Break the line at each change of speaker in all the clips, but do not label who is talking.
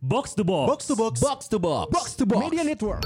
Box to box.
Box to box.
Box to box.
Box to box.
Media Network.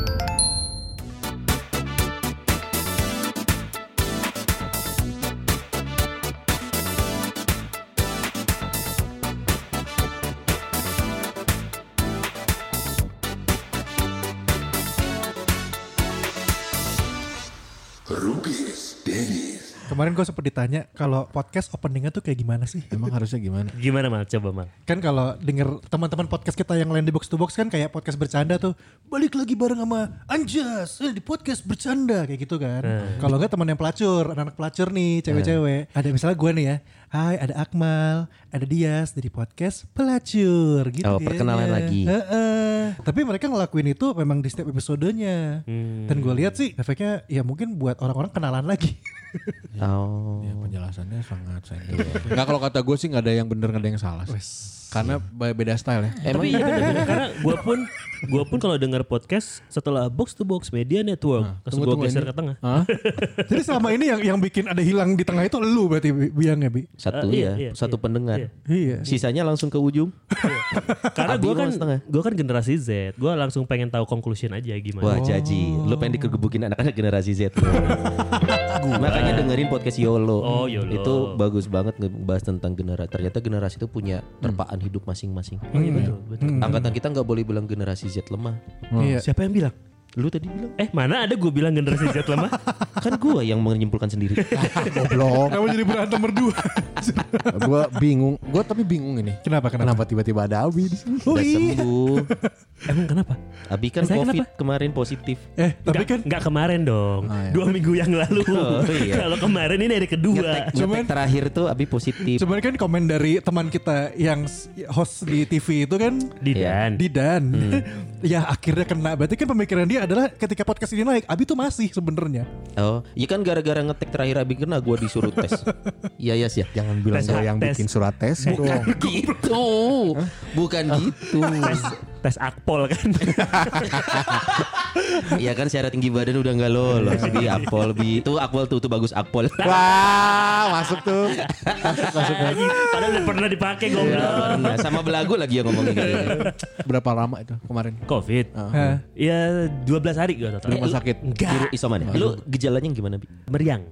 Rubius Dennis.
Kemarin gue sempat ditanya kalau podcast openingnya tuh kayak gimana sih?
Emang harusnya gimana?
Gimana mal? Coba mal.
Kan kalau denger teman-teman podcast kita yang lain di box to box kan kayak podcast bercanda tuh balik lagi bareng sama Anjas eh, di podcast bercanda kayak gitu kan. Kalau enggak teman yang pelacur, anak-anak pelacur nih, cewek-cewek. Hmm. Ada misalnya gue nih ya. Hai, ada Akmal, ada Dias dari podcast pelacur gitu.
Oh, perkenalan
dianya.
lagi.
Heeh. Tapi mereka ngelakuin itu memang di setiap episodenya. Dan gue lihat sih efeknya ya mungkin buat orang-orang kenalan lagi.
Oh.
Ya, penjelasannya sangat sendiri. Enggak kalau kata gue sih nggak ada yang bener nggak ada yang salah. sih. Karena be- beda style ya.
Emang
Tapi
gitu
iya bener-bener karena gue pun gue pun kalau denger podcast setelah box to box media network langsung gue
tunggu,
geser
ini.
ke tengah.
Hah?
Jadi selama ini yang yang bikin ada hilang di tengah itu lu berarti Bi- biangnya bi.
satu
Eh, iya,
ya,
iya,
satu
iya,
pendengar.
iya.
Iya.
Sisanya langsung ke ujung.
Karena
Abi
gue
lu
kan
setengah.
gue kan generasi Z. Gue langsung pengen tahu conclusion aja gimana.
Wah, jaji. Lu pengen dikegebukin anak-anak generasi Z. Makanya dengerin podcast YOLO.
Oh, YOLO.
Itu bagus banget ngebahas tentang generasi. Ternyata generasi itu punya terpaan hidup masing-masing.
Hmm. Oh, iya,
Hmm.
Betul, betul.
Angkatan kita nggak boleh bilang generasi Z lemah.
Iya.
Siapa yang bilang?
Lu tadi bilang
Eh mana ada gue bilang generasi Z lemah?
kan gua yang menyimpulkan sendiri.
Goblok.
Kamu jadi berantem berdua.
gue bingung. Gue tapi bingung ini.
Kenapa, kenapa?
Kenapa tiba-tiba ada Abi di sini?
Udah sembuh.
Emang kenapa?
Abi kan
Oh, iya. Saya
COVID
kenapa?
kemarin positif.
eh tapi
Nggak-
kan
nggak kemarin dong.
Ah, iya.
Dua minggu yang lalu.
Oh, iya.
Kalau kemarin ini hari kedua.
Ngetek,
Cuman-
ngetek terakhir tuh Abi positif.
cuman kan komen dari teman kita yang s- host di TV itu kan
Didan.
Iya.
Didan.
Hmm.
ya akhirnya kena. Berarti kan pemikiran dia adalah ketika podcast ini naik, Abi tuh masih sebenarnya.
Oh, iya kan gara-gara ngetek terakhir Abi kena gua disuruh tes. Iya, iya sih.
Jangan bilang
Tes,
gue yang
tes.
bikin surat tes dong.
gitu. Bukan gitu.
Tes, tes akpol kan.
Iya kan syarat tinggi badan udah nggak lolos di akpol bi. Itu akpol tuh tuh bagus akpol.
Wah, masuk tuh.
Padahal udah pernah dipakai goblok.
Nah, sama belagu lagi yang ngomongin gitu.
Berapa lama itu kemarin?
Iya.
Covid.
Hah.
Ya 12 hari gue total.
Di rumah sakit.
Biru isoman ya. Lu gejalanya yang gimana bi?
Meriang.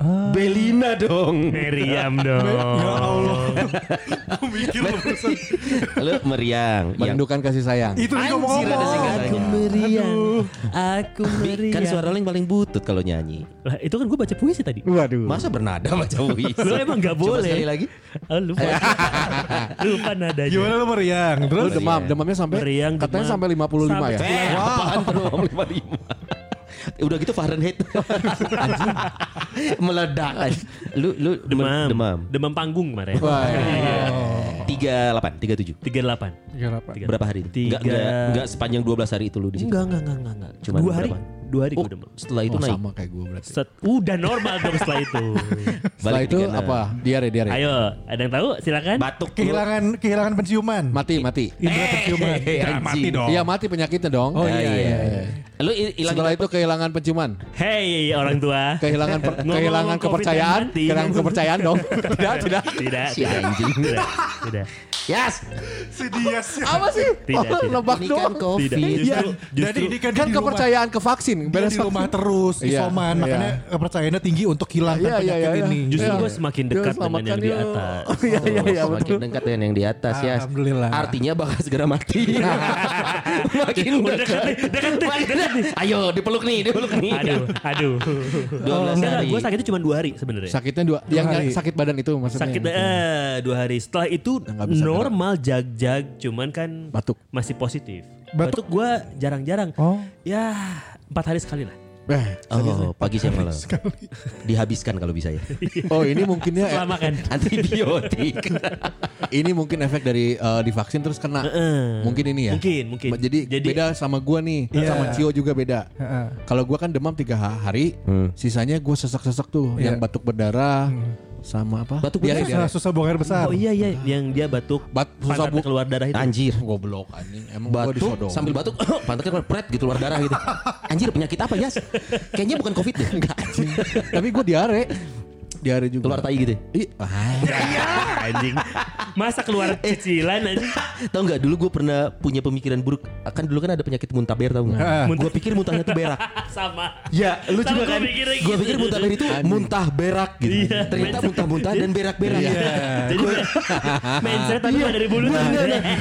Ah.
Belina dong.
Meriam dong.
Lu meriang. Iya. Yang
Merindukan kasih sayang.
Itu yang
Anjir ada
ngomong.
singkatannya.
meriang. Aku meriang.
Kan suara lu yang paling butut kalau nyanyi.
Lah, itu kan gue baca puisi tadi.
Waduh.
Masa bernada baca puisi?
Lu emang nggak boleh.
Coba sekali lagi.
Oh, lupa. lupa nadanya.
Gimana lu meriang?
Lu
Terus
demam, demamnya sampai
Meriang,
katanya
demam.
sampai 55
Sampai-
ya.
Eh, apaan tuh? 55. Udah gitu Fahrenheit. Anjing. Meledak. Lu lu
Demam.
demam.
Demam panggung kemarin.
Wah, iya.
38.
38, 37.
Tiga.
Berapa hari?
Tiga.
Enggak enggak enggak sepanjang 12 hari itu lu di situ.
Enggak, enggak, enggak, enggak, enggak.
Cuman
dua hari.
berapa?
Dua hari
Oh,
gue demam.
setelah itu
Oh,
naik.
sama kayak gue berarti.
Set, udah normal dong setelah itu.
Setelah
Balik
itu
ke kanan.
apa? Diare, diare.
Ayo, ada yang tahu? Silakan.
Batuk lu.
kehilangan kehilangan penciuman.
Mati, mati.
Indra penciuman.
Eh, mati dong.
Iya, mati penyakitnya dong.
Oh
Ah,
iya.
iya.
iya.
Lu il- hilang
Setelah itu kehilangan penciuman,
Hey orang tua.
kehilangan per-
Ngomong-ngomong
kehilangan
COVID
kepercayaan,
yang mati.
kehilangan kepercayaan dong. tidak, tidak.
Tidak,
Si
tidak,
anjing.
tidak, tidak,
Yes.
Si Dias ya.
Apa sih?
Tidak,
Oh,
tidak.
nebak
Ini kan
doang.
tidak.
Covid.
Iya.
Justru,
Jadi
justru
ini kan,
Kan,
dia di rumah.
kepercayaan ke vaksin.
Dia
Beres
di rumah
vaksin.
terus
Iya,
isoman
iya.
makanya kepercayaannya tinggi untuk hilangkan
Iya, iya,
penyakit
iya, iya.
ini.
Justru
Iya.
gue semakin
Yuk,
dekat dengan
selamatkan
yang di
yuk.
atas.
Oh, Iya, iya, iya.
Semakin dekat dengan yang di atas ya.
Alhamdulillah.
Artinya bakal segera mati. Makin
Udah dekat
dekat.
nih, dekat nih,
Makin
dekat nih.
dekat. Ayo dipeluk nih, dipeluk nih.
Aduh, aduh.
12 hari.
Gue sakitnya cuma dua hari sebenarnya.
Sakitnya dua, yang
hari.
sakit badan itu maksudnya.
Sakit
yang-
eh, dua hari. Setelah itu
Nggak bisa
normal jag-jag, cuman kan
Batuk.
masih positif.
Batuk.
Batuk, gue jarang-jarang.
Oh.
Ya empat hari sekali lah.
Eh,
Oh, pagi siang malam. Dihabiskan kalau bisa ya.
Oh ini mungkinnya
Setelah makan.
Antibiotik.
ini mungkin efek dari eh, divaksin terus kena. Mungkin ini ya.
Mungkin, mungkin.
Jadi,
Jadi-
beda sama gua nih,
Iya.
sama Cio juga beda.
Heeh.
Kalau gua kan demam tiga ha- hari, sisanya gua sesek-sesek
Iya.
tuh,
Hmm.
yang batuk berdarah, sama apa?
Batuk
Diare,
Susah,
diare.
susah bongkar besar.
Oh iya iya, yang dia batuk,
Bat- susah
pantatnya
bu-
keluar darah itu.
Anjir.
Goblok anjing, emang gua
Batuk
disodong.
sambil batuk pantatnya keluar pret gitu keluar darah gitu. Anjir penyakit apa ya? Kayaknya bukan Covid deh. Enggak.
Tapi gua diare. diare juga.
Keluar tai gitu.
Ih, ah,
anjing. Iya. Masa keluar cicilan
Eh.
anjing.
Tahu nggak dulu gue pernah punya pemikiran buruk. Kan dulu kan ada penyakit muntaber
Heeh.
tahu nggak? Gue pikir muntahnya tuh berak.
Sama.
Ya, lu
Sama
juga
gua
kan.
mikirnya
Gue
gitu.
pikir muntaber itu muntah berak gitu.
Iya.
Ternyata muntah-muntah dan berak-berak. gitu.
Jadi mindset tapi
Iya,
mah dari bulu tuh.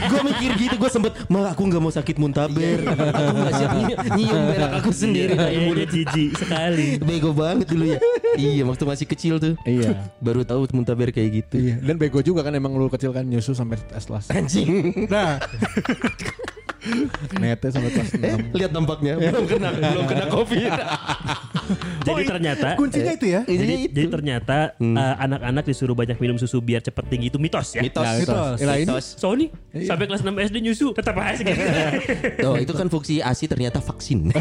Gue mikir gitu, gue sempet, ma aku nggak mau sakit muntaber, Iya. aku nggak siap ny- nyium berak
Iya.
aku sendiri dari
Kayaknya
mulut.
iya, jijik sekali.
Bego banget dulu ya. iya, waktu masih kecil tuh.
Iya.
Baru tahu muntaber kayak gitu.
Iya, dan bego juga kan emang lu kecil kan nyusu sampai kelas kelas
Anjing.
Nah,
nete sampai kelas
Eh,
6.
lihat dampaknya belum kena belum kena
Oh,
covid
iya.
Jadi ternyata eh,
kuncinya itu ya.
jadi,
jadi
jadi ternyata
Hmm.
eh, anak-anak disuruh banyak minum susu biar cepet tinggi itu mitos ya.
mitos
Nah,
mitos.
Lah ini
Sony
Iya.
sampai kelas 6 SD nyusu tetap aja gitu.
Tuh, itu kan fungsi asi ternyata vaksin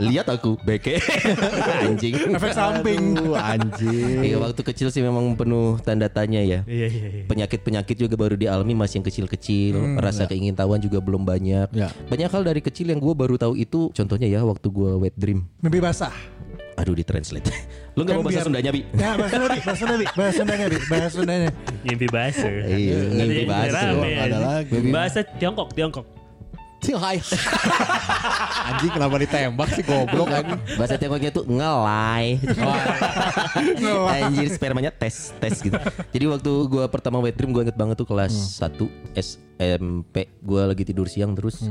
lihat aku beke anjing
Efek samping.
Aduh, anjing.
Iya waktu kecil sih memang penuh tanda tanya ya
Iya iya iya.
Penyakit-penyakit juga baru dialami masih yang kecil-kecil Rasa keingintahuan juga belum banyak
Ya.
Banyak hal dari kecil yang gue baru tahu itu Contohnya ya waktu gue wet dream
Mimpi basah.
Aduh di translate Lu
Kan
gak mau bahasa
biar-
Sundanya Bi?
Ya, bahasa Sunda, Bi. bahasa Sunda, Bi. bahasa Sundanya, Bi. bahasa Sundanya.
Mimpi bahasa.
Iya, mimpi bahasa.
Rame,
Ada
anjing.
lagi.
Bahasa Tiongkok, Tiongkok.
Anjing kenapa ditembak sih goblok anjing.
Bahasa Tiongkoknya tuh ngelai. Anjir spermanya tes tes gitu. Jadi waktu gua pertama wet dream gua inget banget tuh kelas 1 SMP. Gua lagi tidur siang terus.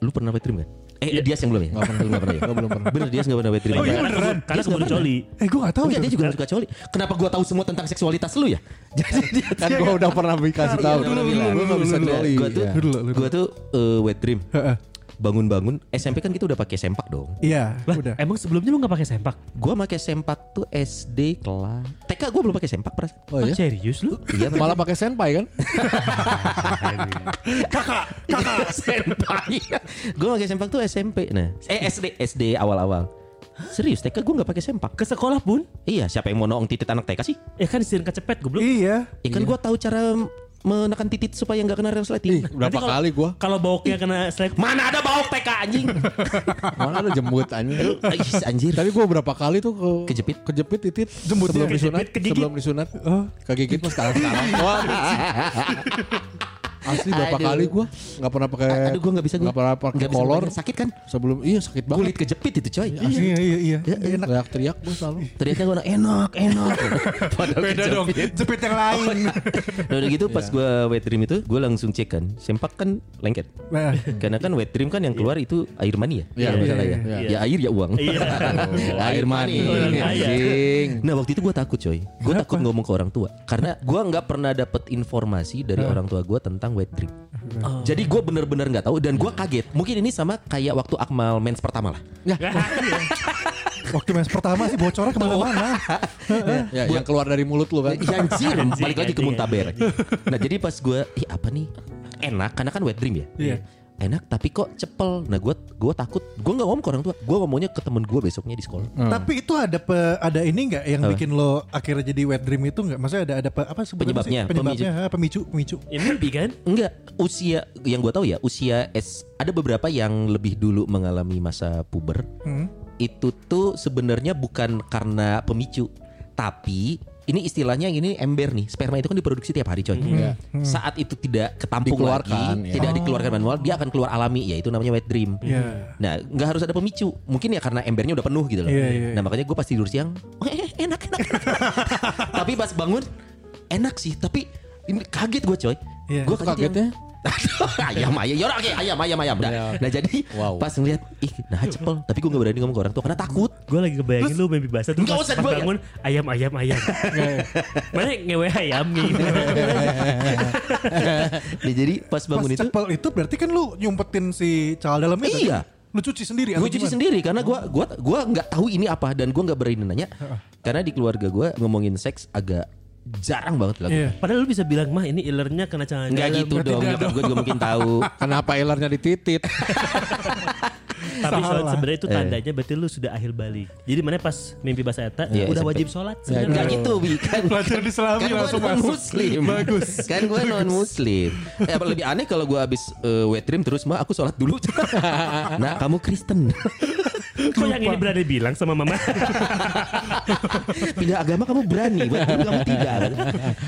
Lu pernah wet dream kan? Eh Dias yang belum ya? Gak pernah, lu gak pernah ya? belum pernah. Bener Dias gak pernah wet dream.
Karena kebun- iya, Karena
Iya,
kebun coli.
Eh, gue gak tau
Enggak, dia
itu.
juga suka coli. Kenapa gua tahu semua tentang seksualitas lu ya? Jadi dia
Kan gua udah pernah dikasih tahu.
Iya, dulu,
Lu nggak bisa
Nah,
doli.
Gua tuh,
Iya.
gua tuh eh, wet dream. Bangun-bangun SMP kan kita udah pakai sempak dong.
Iya,
Lah, eh,
udah.
emang sebelumnya lu gak pakai sempak?
Gua pakai sempak tuh SD kelas TK gua belum pakai sempak pras.
Oh iya.
Serius lu?
Iya
Malah pakai senpai kan?
kakak kakak sempak. Gue pakai sempak tuh SMP nah eh SD SD awal-awal. Serius TK gue nggak pakai sempak.
Ke sekolah pun?
Iya siapa yang mau noong titit anak TK sih?
Ya kan disirin kecepet goblok.
Iya.
Ya kan gue tahu cara menekan titit supaya nggak
Ih,
kena resleting.
berapa
kalau-
kali gua?
Kalau bauknya kena selek
Mana ada bauk TK anjing?
Mana ada jembut anjing.
Ais, anjir.
Tapi gua berapa kali tuh ke
Kejepit?
Kejepit titit
Jembutnya.
sebelum disunat,
Kejepit, kegigit.
sebelum disunat. Kegigit mas sekarang sekarang. Wah, Asli berapa
Aduh.
kali gua nggak pernah pakai
Aduh gue nggak bisa gue.
nggak pernah pakai kolor
Sakit kan?
sebelum iya sakit banget.
Kulit kejepit itu coy.
Iya, iya, iya.
Enak. Teriak-teriak gua selalu.
Teriaknya gue enak enak. Padahal
Beda
kejepit.
dong, jepit yang lain.
Nah, udah gitu pas gue wet dream itu gue langsung cek kan sempak kan lengket.
Nah,
Karena kan wet dream kan yang keluar itu air mani ya.
Iya,
Kalau nggak salah ya.
iya, Oh,
iya.
Ya air ya uang.
Iya.
air mani.
Orang kaya.
Anjing.
Iya.
Nah waktu itu gue takut coy Gue takut ngomong ke orang tua Karena
Nah.
gue nggak pernah dapet informasi dari orang tua gue tentang wet dream
Oh.
Jadi gue bener-bener nggak tahu Dan gue kaget Mungkin ini sama kayak waktu Akmal mens pertama lah
waktu mes pertama sih bocornya kemana-mana.
Ya, yang keluar dari mulut lu kan.
Ya, Anjir Balik lagi ke
anjing,
muntaber Nah jadi pas gue Ih apa nih Enak Karena kan wet dream ya
Iya.
Enak tapi kok cepel Nah gue gua takut Gue nggak ngomong ke orang tua Gue ngomongnya ke temen gue besoknya di sekolah
Tapi itu ada pe- ada ini nggak yang bikin lo akhirnya jadi wet dream itu nggak? Maksudnya ada ada pe- apa sebenarnya
Penyebabnya,
sih? penyebabnya ha, pemicu pemicu.
Ya mimpi kan?
Enggak, usia yang gue tahu ya, usia S ada beberapa yang lebih dulu mengalami masa puber.
Hmm.
Itu tuh sebenarnya bukan karena pemicu, tapi ini istilahnya yang ini ember nih, sperma itu kan diproduksi tiap hari
Hmm.
coy. Saat itu tidak ketampung
Iya. Dikeluarkan,
lagi,
ya.
Oh.
tidak dikeluarkan manual, dia akan keluar alami, yaitu namanya wet dream.
Iya.
Nah, nggak harus ada pemicu. Mungkin ya karena embernya udah penuh gitu loh.
Iya, iya,
Nah, makanya gue pas tidur siang, "Eh, enak enak. enak." tapi pas bangun, enak sih. Tapi ini kaget gue coy.
Iya.
Gue
Kagetnya?
ayam ayam Yaudah, oke ayam ayam ayam Dah.
Iya.
nah jadi
Wow.
pas ngeliat ih nah cepel tapi gue gak berani ngomong ke orang tua karena takut
Gue lagi kebayangin lu mimpi basah tuh
Nggak
pas,
usah
pas
dibayar.
bangun ayam ayam ayam. Mana ngewe ayam nih?
nah, jadi
Pas
pas bangun itu
cepel itu berarti kan lu nyumpetin si cal dalam itu.
Iya.
kan? Lu cuci sendiri
gue cuci sendiri karena gue gua gua nggak tahu ini apa dan gue nggak berani nanya karena di keluarga gue ngomongin seks agak jarang banget lah
Iya.
Padahal lu bisa bilang mah ini ilernya kena celana
nggak
dalam."
gitu dong nyokap gue juga mungkin tahu
Kenapa elarnya dititit?
Tapi
Salah.
sholat sebenarnya
Iya.
itu tandanya berarti lu sudah akhir balik. Jadi mana pas mimpi basah eta
Iya,
udah
SMP.
wajib sholat.
Enggak
sebenarnya.
gitu Bi kan
Belajar di Selami
kan
langsung
gue non
masuk.
muslim
Bagus.
kan gue non muslim eh, apa lebih aneh kalau gue habis eh, wet dream terus mah aku sholat dulu nah kamu Kristen
Kok yang ini berani bilang sama mama?
pindah agama kamu berani buat guru kamu tidak kan?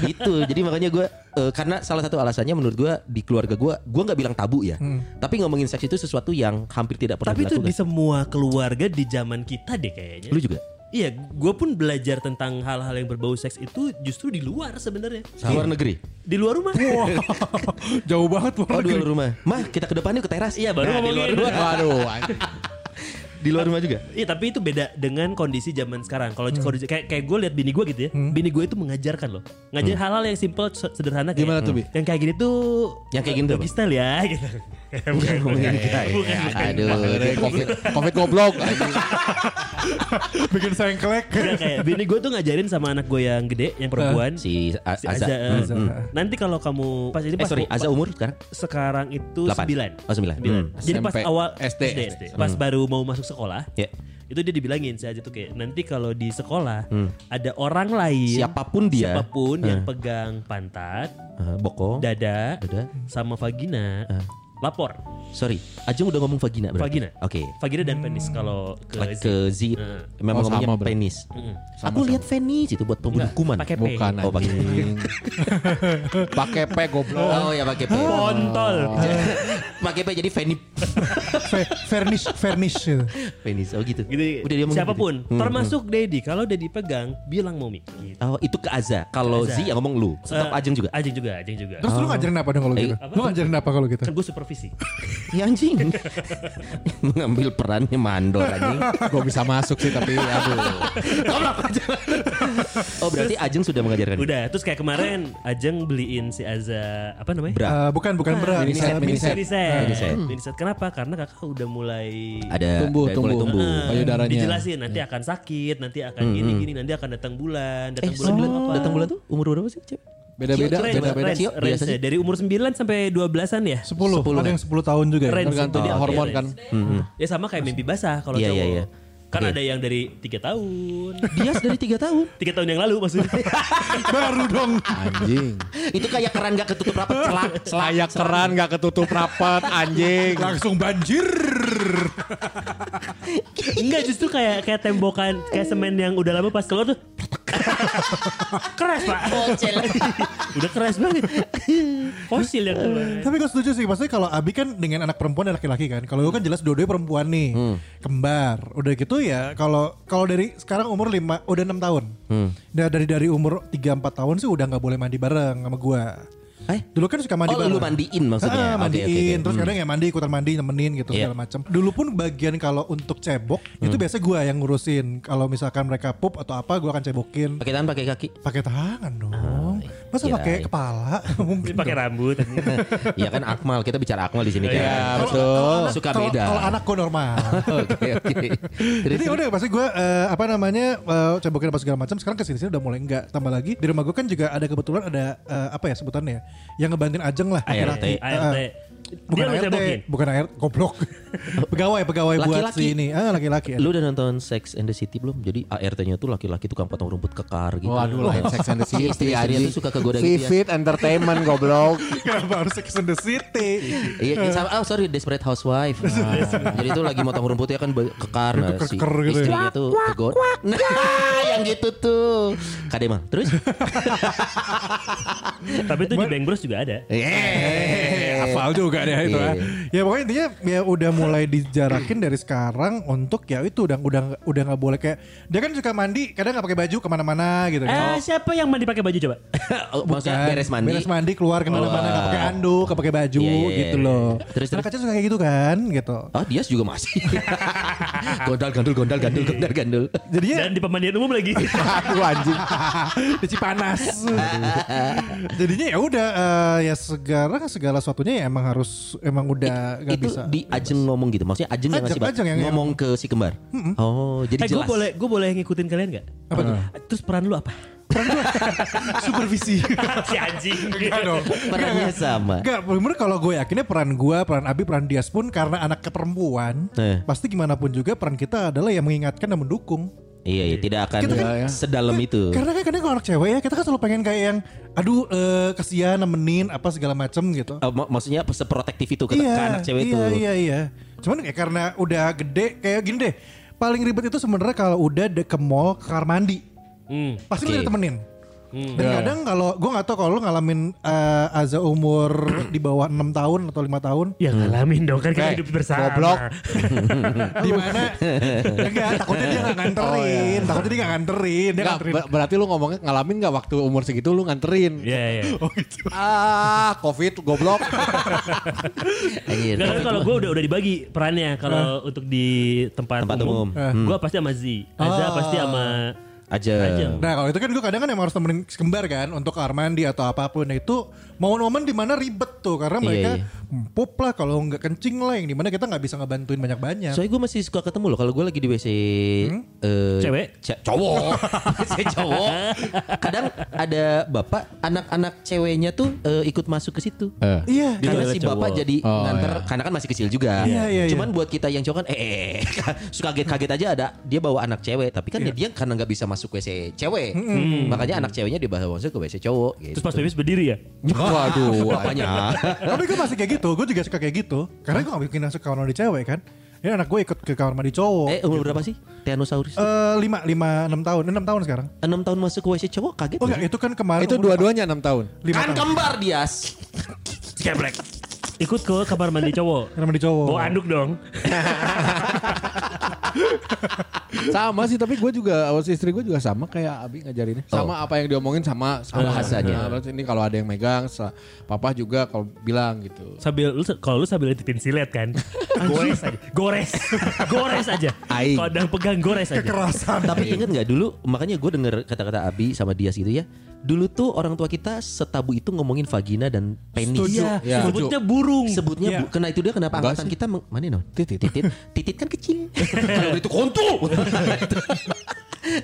itu jadi makanya gue eh, karena salah satu alasannya menurut gue di keluarga gue gue nggak bilang tabu ya tapi ngomongin seks itu sesuatu yang hampir tidak pernah
Hmm. Tapi itu di
dilakukan
semua keluarga di zaman kita deh kayaknya.
lu juga
Iya, gue pun belajar tentang hal-hal yang berbau seks itu justru di luar sebenarnya.
luar negeri
Di luar rumah.
Jauh banget loh.
oh di luar rumah mah kita ke depannya ke teras
Iya, baru
Nah, di luar
ngomongin.
rumah
Waduh. anjing.
di luar rumah juga
Iya, tapi itu beda dengan kondisi zaman sekarang. Kalau
Hmm.
kondisi- kayak kayak gue lihat bini gue gitu ya, bini gue itu mengajarkan loh, ngajar
Hmm.
hal-hal yang simple, se- sederhana. Kayak,
Gimana tuh, Bi?
Yang kayak gini tuh,
Yang kayak gini tuh apa?
bagi style ya. Gitu. bukan,
ngomongin kita ya.
bukan, bukan.
aduh dia
Covid, Covid goblok. anjing.
Bikin sengklek.
Nggak, kayak bini gue tuh ngajarin sama anak gue yang gede, yang perempuan.
Eh, si A-
Si
Aza,
Azza.
Hmm.
Hmm. Nanti kalau kamu pas ini
eh
pas
sorry Aza umur sekarang
sekarang itu
Delapan.
9.
Oh, sembilan. Hmm.
Jadi pas
SMP,
awal
SD.
pas baru mau masuk sekolah,
Ya.
itu dia dibilangin saya aja tuh kayak nanti kalau di sekolah ada orang lain
Hmm. siapapun dia Hmm.
siapapun yang pegang pantat,
Eh, boko
dada,
Dada.
sama vagina, lapor.
sorry Ajeng udah ngomong vagina berarti
Vagina.
oke
Vagina dan penis kalau ke, Z.
Like ke Z memang
Oh,
ngomongnya
sama berarti.
penis. Aku lihat penis itu buat pembunuh kuman.
pakai P.
Bukan
Oh, pakai.
anjing. Pakai P goblok.
Oh ya pakai P.
Kontol.
Oh. pakai P jadi Feni
Fe- Furnish, furnish. gitu.
penis. Oh gitu.
Gitu,
Udah dia ngomong
siapapun,
gitu. Hmm.
termasuk Dedi, kalau Dedi pegang bilang momi. Gitu.
Oh itu ke Aza. Kalau
Aza.
Z yang ngomong lu. Tetap
Eh,
Ajeng juga.
Ajeng juga, Ajeng juga.
Terus lu ngajarin apa dong kalau
Eh,
gitu?
apa?
Lu ngajarin apa kalau gitu?
Kan gue supervisi.
Ya anjing. Mengambil perannya mandor anjing.
Gue bisa masuk sih tapi aduh.
Oh berarti Ajeng sudah mengajarkan.
Udah, terus kayak kemarin Ajeng beliin si Aza apa namanya?
Bra.
Eh, bukan, bukan berat.
Mini set, mini set.
Mini set.
Mini set.
Mini set. Nah, hmm. Kenapa? Karena kakak udah mulai
Ada Hmm.
Tumbuh,
ada
tumbuh.
mulai tumbuh.
Eh,
payudaranya.
Dijelasin nanti akan sakit, nanti akan
Hmm,
gini gini, nanti akan datang bulan,
Eh
datang bulan
sembilan
apa?
datang bulan tuh umur berapa sih cewek?
Beda-beda,
Range,
beda-beda.
range,
Sio,
range
biasa
ya. dari umur 9 sampai 12-an ya.
10, ada yang 10 tahun juga ya.
Range.
Tergantung
Oh,
hormon
iya,
kan.
range. Ya sama kayak mimpi basah kalau
Hmm. Iya,
cowok.
iya, iya.
Kan
Oke.
ada yang dari 3 tahun.
Dia dari 3 tahun.
3 tahun yang lalu maksudnya.
Baru dong.
Anjing.
itu kayak keran gak ketutup rapat celak celak.
Layak keran gak ketutup rapat anjing.
Langsung banjir.
Enggak justru kayak kayak tembokan kayak semen yang udah lama pas keluar tuh. keras pak. udah keras banget. Fosil yang keluar.
Tapi gue setuju sih, maksudnya kalau Abi kan dengan anak perempuan dan laki-laki kan. Kalau lu kan jelas dua-duanya perempuan nih.
Hmm.
Kembar. Udah gitu ya, kalau kalau dari sekarang umur 5, udah 6 tahun.
Hmm.
Nah, dari dari umur 3 4 tahun sih udah nggak boleh mandi bareng sama gua.
Eh?
Dulu kan suka mandi
Oh,
bareng.
lu mandiin
Ah,
maksudnya. Oke,
mandiin,
oke, Hmm. Iya. oke.
terus kadang ya mandi ikutan mandi nemenin gitu segala macam. Dulu pun bagian kalau untuk cebok
Hmm.
itu biasanya gua yang ngurusin. Kalau misalkan mereka pup atau apa gua akan cebokin.
Pakai tangan pakai kaki.
Pakai tangan dong. Masa
kirain.
pakai kepala? Mungkin
Pakai rambut.
Iya kan Akmal, kita bicara Akmal di sini kan.
Iya, betul.
dong.
Suka
Kalau-
beda.
Kalau anak gua normal.
Oke, oke. Terus
Jadi udah pasti gue eh, apa namanya eh, cebokin apa segala macam. Sekarang kesini sini udah mulai enggak. Tambah lagi di rumah gue kan juga ada kebetulan ada eh, apa ya sebutannya ya, yang ngebantuin ajeng lah laki-laki.
ART.
Eh, eh,
Dia
Bukan
lu
ART,
cebokin.
bukan ART, goblok. pegawai, pegawai buat
Laki-laki.
si ini. Ah, laki-laki.
lu udah nonton Sex and the City belum? Jadi ART-nya tuh laki-laki tukang potong rumput kekar gitu.
Waduh lah Sex and the
Si
City
istri-istrinya
anjing.
tuh suka kegoda gitu ya.
Vivid Entertainment goblok.
Kenapa harus Sex and the City?
Iya, iya, sama- oh sorry, Desperate Housewife. Ah. Jadi tuh lagi motong rumputnya kan ba- kekar. Nah, si
keker Nah. gitu ya.
istrinya tuh kegoda. Nah, yang gitu tuh. Kademang, terus?
Tapi itu di Bang Bros juga ada.
Eh. Hafal juga deh itu ah. Ya pokoknya intinya ya udah mulai dijarakin dari sekarang untuk ya itu udah udah udah nggak boleh kayak dia kan suka mandi kadang nggak pakai baju kemana-mana gitu kan.
Eh, siapa yang mandi pakai baju coba?
Oh, Maksudnya
Kan,
beres mandi.
Beres mandi keluar kemana-mana
Keluar.
nggak pakai anduk, nggak pakai baju
Iya, iya,
gitu
iya.
loh.
Terus,
Anak
terus.
kecil suka kayak gitu kan gitu.
Ah, dia juga masih. gondal, gandul, gondal, gandul, gondal, gandul.
Jadinya
Dan di pemandian umum lagi.
Aduh anjing.
Ah,
di Cipanas. Jadinya ya udah eh, ya sekarang segala sesuatunya ya emang harus emang udah nggak
itu
bisa.
di Ajeng ngomong gitu. Maksudnya Ajeng, yang
Ajeng,
ngasih bak-
Ajeng yang-
ngomong ke si kembar. Oh, jadi
eh, gue
jelas.
boleh gue boleh ngikutin kalian gak?
Apa tuh?
Terus peran lu apa?
Supervisi.
si anjing.
Enggak dong. Iya.
Perannya sama.
Enggak, bener Gitu. kalau gue yakinnya peran gue, peran Abi, peran Dias pun karena anak keperempuan,
Eh.
pasti gimana pun juga peran kita adalah yang mengingatkan dan mendukung.
Iya, iya, tidak akan
Kita
kan-
sedalam itu.
Karena kan kadang kalau anak cewek ya kita kan selalu pengen kayak yang aduh eh, kasihan nemenin apa segala macem gitu.
Eh, mak- maksudnya seprotektif itu ke, ke anak cewek
iya,
itu.
Iya, iya. Cuman ya karena udah gede kayak gini deh. Paling ribet itu sebenarnya kalau udah de- ke mall ke kamar mandi. Pasti lu
Hmm, Oke. Hmm.
ditemenin. Dan kadang kalau gue gak tau kalau lu ngalamin eh, Aza umur di bawah 6 tahun atau lima tahun
Ya ngalamin dong kan kita
Eh,
hidup bersama.
goblok.
Iya.
di mana enggak takutnya dia gak nganterin
Oh, iya.
takutnya dia gak nganterin dia
Nggak,
nganterin
ber- berarti lu ngomongnya ngalamin nggak waktu umur segitu lu nganterin?
Iya, iya.
Ah, covid goblok.
Anjir.
Nggak, kan kalau gue udah udah dibagi perannya kalau untuk di tempat,
Tempat umum.
gue pasti sama Z, Aza
Ah.
pasti sama
Aja.
Aja.
Nah kalau itu kan gue kadang kan emang harus temenin kembar kan untuk kamar mandi atau apapun Nah itu momen-momen dimana ribet tuh karena mereka
iya.
empuk lah kalau nggak kencing lah yang dimana kita nggak bisa ngebantuin banyak-banyak.
Soalnya gue masih suka ketemu loh kalau gue lagi di WC
Hmm?
eh,
Cewek?
ce- cowok. WC cowok. Kadang ada bapak anak-anak ceweknya tuh eh, ikut masuk ke situ.
Eh.
iya.
Di
Karena
toilet
si bapak
cowok.
jadi
Oh,
nganter
iya.
karena kan masih kecil juga.
Iya, iya, iya.
Cuman buat kita yang cowok kan eh eh, suka kaget-kaget aja ada dia bawa anak cewek tapi kan ya dia karena nggak bisa masuk WC cewek. Makanya anak ceweknya dia bawa masuk ke WC cowok gitu.
Terus pas bebas berdiri ya.
Waduh,
Bapaknya.
Tapi gue masih kayak gitu, gue juga suka kayak gitu. Karena gue gak bikin masuk kamar mandi cewek kan. Ini anak gue ikut ke kamar mandi cowok.
eh umur berapa sih? Tyrannosaurus. tuh?
Eh, lima, lima, enam tahun, enam tahun sekarang.
Enam tahun masuk ke WC cowok kaget.
Oh enggak,
nggak?
itu kan kemarin.
Itu
umur
dua-duanya 6 tahun.
empat- lima
kan
tahun.
kembar dia.
Geblek. Ikut ke kamar mandi cowok.
Kamar mandi cowok.
Bawa anduk dong.
Sama sih, tapi gue juga awas istri gue juga sama kayak Abi ngajarinnya. Sama apa yang diomongin sama sama
Bahasanya.
Nah, berarti ini kalau ada yang megang, sa- papa juga kalau bilang gitu.
sambil lu kalau lu sambil nitipin silet kan gores aja gores gores aja
Aing.
kalau ada yang pegang gores aja
Kekerasan.
Tapi inget nggak dulu makanya gue denger kata-kata Abi sama Dias gitu ya. Dulu tuh orang tua kita setabu itu ngomongin vagina dan penis.
Setuju.
Iya,
Ya.
sebutnya burung
Sebutnya
Iya.
bu- kena itu dia kenapa
Enggak
angkatan
sih.
kita meng- mana no? Titit. Titit. Titit kan kecil. Kalau itu kontu.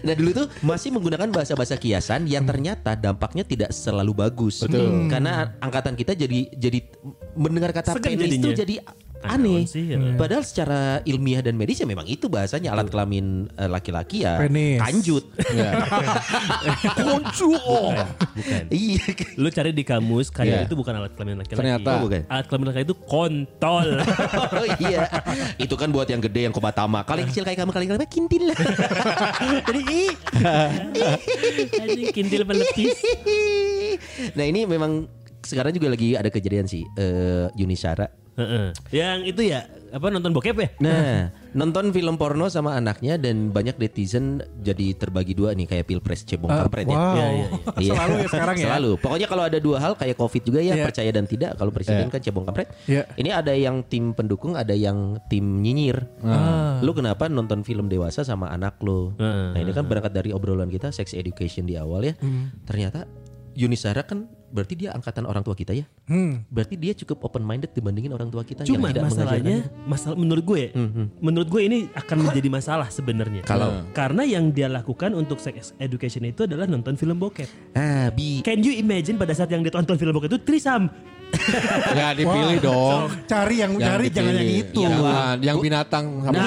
Nah dulu tuh masih menggunakan bahasa-bahasa kiasan
Hmm.
yang ternyata dampaknya tidak selalu bagus.
Betul.
Karena angkatan kita jadi jadi mendengar kata
Segan
penis itu
jadinya.
jadi
Aneh
aneh.
sih, ya.
Padahal secara ilmiah dan medis ya memang itu bahasanya alat kelamin eh, laki-laki ya
Penis.
kanjut.
Iya.
Konco.
bukan
Iya.
lu cari di kamus kayak
Iya.
itu bukan alat kelamin laki-laki
Ternyata.
Oh, bukan.
alat kelamin laki-laki itu kontol
Oh iya. Itu kan buat yang gede yang kobatama.
Nah.
Kali kecil kayak kamu kali kamu kintil lah. Jadi ih.
Anjing, kintil meletis
nah ini memang sekarang juga lagi ada kejadian sih eh Yuni Syara.
Heeh. yang itu ya apa nonton bokep ya
Nah, nonton film porno sama anaknya dan banyak netizen jadi terbagi dua nih kayak pilpres cebong
Ah,
kampret ya.
wow.
Iya, iya, iya.
Selalu ya sekarang ya.
Selalu. Pokoknya kalau ada dua hal kayak covid juga ya
Iya.
percaya dan tidak. Kalau presiden kan cebong kampret.
Iya.
Ini ada yang tim pendukung, ada yang tim nyinyir.
Ah.
Lu kenapa nonton film dewasa sama anak lu?
Ah.
Nah ini kan berangkat dari obrolan kita sex education di awal ya.
Hmm.
Ternyata Yunisara kan berarti dia angkatan orang tua kita ya.
Hmm.
Berarti dia cukup open minded dibandingin orang tua kita
Cuman
yang tidak
masalahnya,
mengajarkannya. Mhm.
masalah menurut gue, ya, menurut gue ini akan menjadi masalah sebenarnya.
Kalau-
Nah.
karena yang dia lakukan untuk sex education itu adalah nonton film bokep.
Ah, bi.
Can you imagine pada saat yang dia tonton film bokep itu trisam?
Ya dipilih dong.
Cari yang, cari jangan yang
dipilih.
itu. Nah.
Jangan, yang binatang sama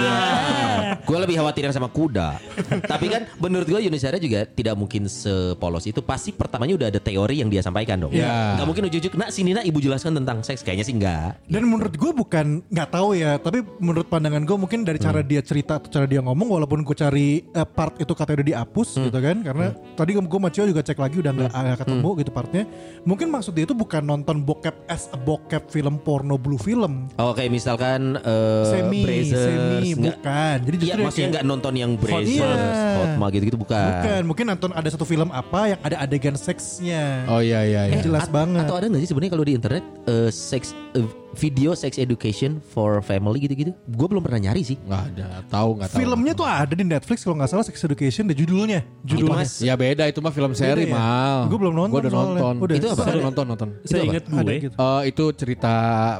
gue lebih khawatir yang sama kuda. Tapi kan menurut gue Yuni Syara juga tidak mungkin sepolos itu. Pasti pertamanya udah ada teori yang dia sampaikan dong.
Iya.
Gak mungkin ujuk-ujuk, nak sini nak ibu jelaskan tentang seks. Kayaknya sih enggak.
Dan menurut gue bukan nggak tahu ya, tapi menurut pandangan gue mungkin dari cara
Hmm.
dia cerita atau cara dia ngomong, walaupun gue cari eh, part itu katanya udah dihapus
Hmm.
gitu kan, karena tadi gue gue Macio juga cek lagi udah nggak nggak ketemu
Hmm.
gitu partnya. Mungkin maksud dia itu bukan nonton bokep as a bokep film porno blue film,
Oh kayak misalkan eh,
semi
Brazers,
semi
enggak-
bukan. Jadi
Iya
justru yang
maksudnya
kayak-
nggak nonton yang Brazers,
Iya.
Hotma gitu-gitu bukan.
bukan. Mungkin nonton ada satu film apa yang ada adegan seksnya.
Oh iya iya iya.
Yang jelas
At-
banget.
Atau ada nggak sih sebenarnya kalau di internet eh, seks eh, video sex education for family gitu-gitu? Gue belum pernah nyari sih.
Enggak ada, tahu enggak tahu.
Filmnya tuh ada di Netflix kalau nggak salah Sex Education deh judulnya.
Oh, Itu
Judulnya.
mas
Ya beda itu mah film seri
Beda ya?
mal.
Gua belum nonton
Gue udah
soalnya.
nonton.
Udah.
Itu apa?
Seru nonton nonton.
Saya
apa?
ingat
Ada
gue.
gitu.
Eh, itu cerita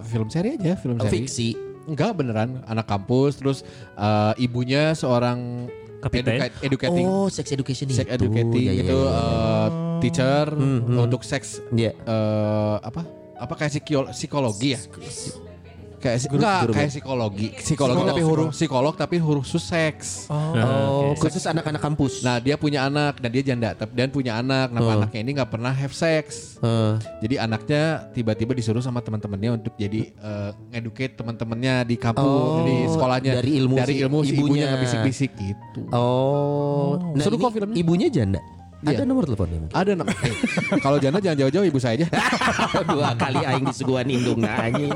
film seri aja, film seri.
fiksi.
Enggak beneran, anak kampus terus eh, ibunya seorang
Kapiten.
educa- educating,
Oh sex education
sex
itu.
educating
Ya, ya,
gitu,
itu
ya, ya.
eh, teacher untuk seks
Hmm, Iya.
eh, apa? Apa kayak psikio- psikologi ya? kayak si- enggak, kayak psikologi, psikologi tapi huruf psikolog tapi huruf khusus seks.
Nah,
Oh, khusus anak-anak kampus.
Nah dia punya anak dan dia janda tapi- dan punya anak.
Oh.
Nah anaknya ini nggak pernah have sex.
Eh,
Jadi anaknya tiba-tiba disuruh sama teman-temannya untuk jadi eh, educate teman-temannya di kampus,
Oh,
di sekolahnya
dari ilmu
dari
si-
ilmu si
ibunya.
ibunya ngebisik-bisik gitu.
oh, nah
Seru
ini
kok filmnya.
ibunya janda.
Iya.
Ada nomor teleponnya mungkin.
Ada nama. eh, kalau janda jangan jauh-jauh ibu saya aja.
Dua kali aing disuguhan indung anjing.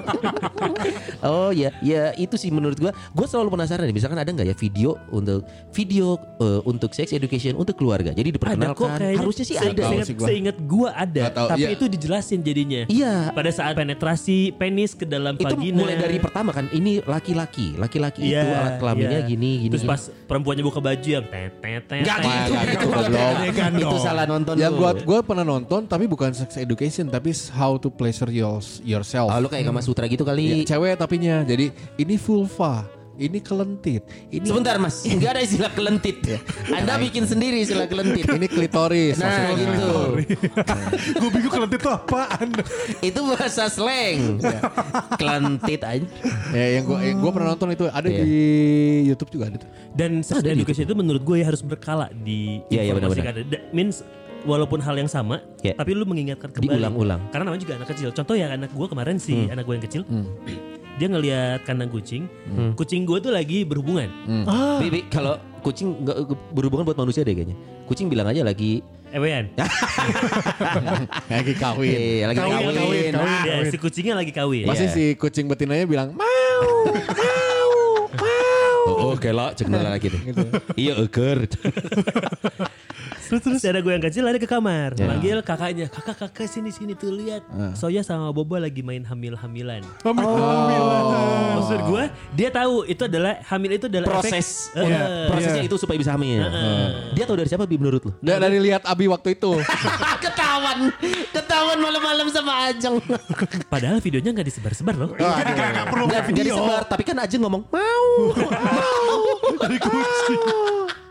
oh ya, ya itu sih menurut gua. Gua selalu penasaran nih, misalkan ada nggak ya video untuk video eh, untuk sex education untuk keluarga. Jadi
Ada kok
diperkenalkan.
kayaknya.
kan? Harusnya sih
Se-
ada.
Nggak tahu
Seingat,
sih gua.
seingat gua ada,
Nggak tahu,
tapi
iya.
itu dijelasin jadinya.
Iya,
Pada saat penetrasi penis ke dalam
itu
vagina.
mulai dari pertama kan ini laki-laki laki-laki
Iya,
itu alat kelaminnya
iya.
gini gini
Terus pas Iya, perempuannya buka baju yang tet tet tet.
Nggak
tet.
gitu,
Wah, nggak
gitu,
gitu, goblok.
goblok. itu salah nonton
Yang
lu.
Ya, gua gua pernah nonton tapi bukan sex education tapi how to pleasure yours- yourself.
Ah, lu kayak Kama Sutra gitu
Ya,
kali
cewek tapinya. Jadi ini vulva, ini kelentit, ini
sebentar mas Ya. nggak ada istilah kelentit anda bikin sendiri istilah kelentit
ini klitoris.
nah
maksudnya.
gitu
Gue bingung kelentit tuh apaan.
itu bahasa slang kelentit aja
Ya yang gua yang gua pernah nonton itu ada
Iya.
di YouTube juga ada tuh.
Dan sex education itu menurut gue ya harus berkala di
Iya, iya, benar-benar.
informasikan. That means walaupun hal yang sama,
Iya.
tapi lu mengingatkan kembali.
Diulang-ulang.
Karena namanya juga anak kecil. Contoh ya anak gue kemarin sih, anak gue yang kecil. Dia ngelihat kandang kucing, kucing gue tuh lagi berhubungan.
Hmm. Bibi kalau kucing nggak eh, berhubungan buat manusia deh kayaknya kucing bilang aja lagi
Ewean.
Lagi kawin.
eh, lagi
Kawin,
kawin,
kawin, kawin.
Nah, si kucingnya lagi kawin.
Pasti
Iya.
si kucing betinanya bilang mau, mau, mau.
Oh, oke lah, cek lagi deh. Iya, eker.
Terus terus ada gue yang kecil lari ke kamar, manggil kakaknya, kakak kakak sini sini tuh lihat, Soya sama Bobo lagi main hamil hamilan.
Oh.
Maksud gue dia tahu itu adalah hamil itu adalah
proses
Efek,
Iya.
Eh,
prosesnya itu supaya bisa hamil. Dia tahu dari siapa Bi menurut lu?
Nggak, dari lihat Abi waktu itu.
ketahuan, ketahuan malam-malam sama Ajeng.
Padahal videonya nggak disebar-sebar loh.
Gak perlu
Enggak video disebar, tapi kan Ajeng ngomong mau.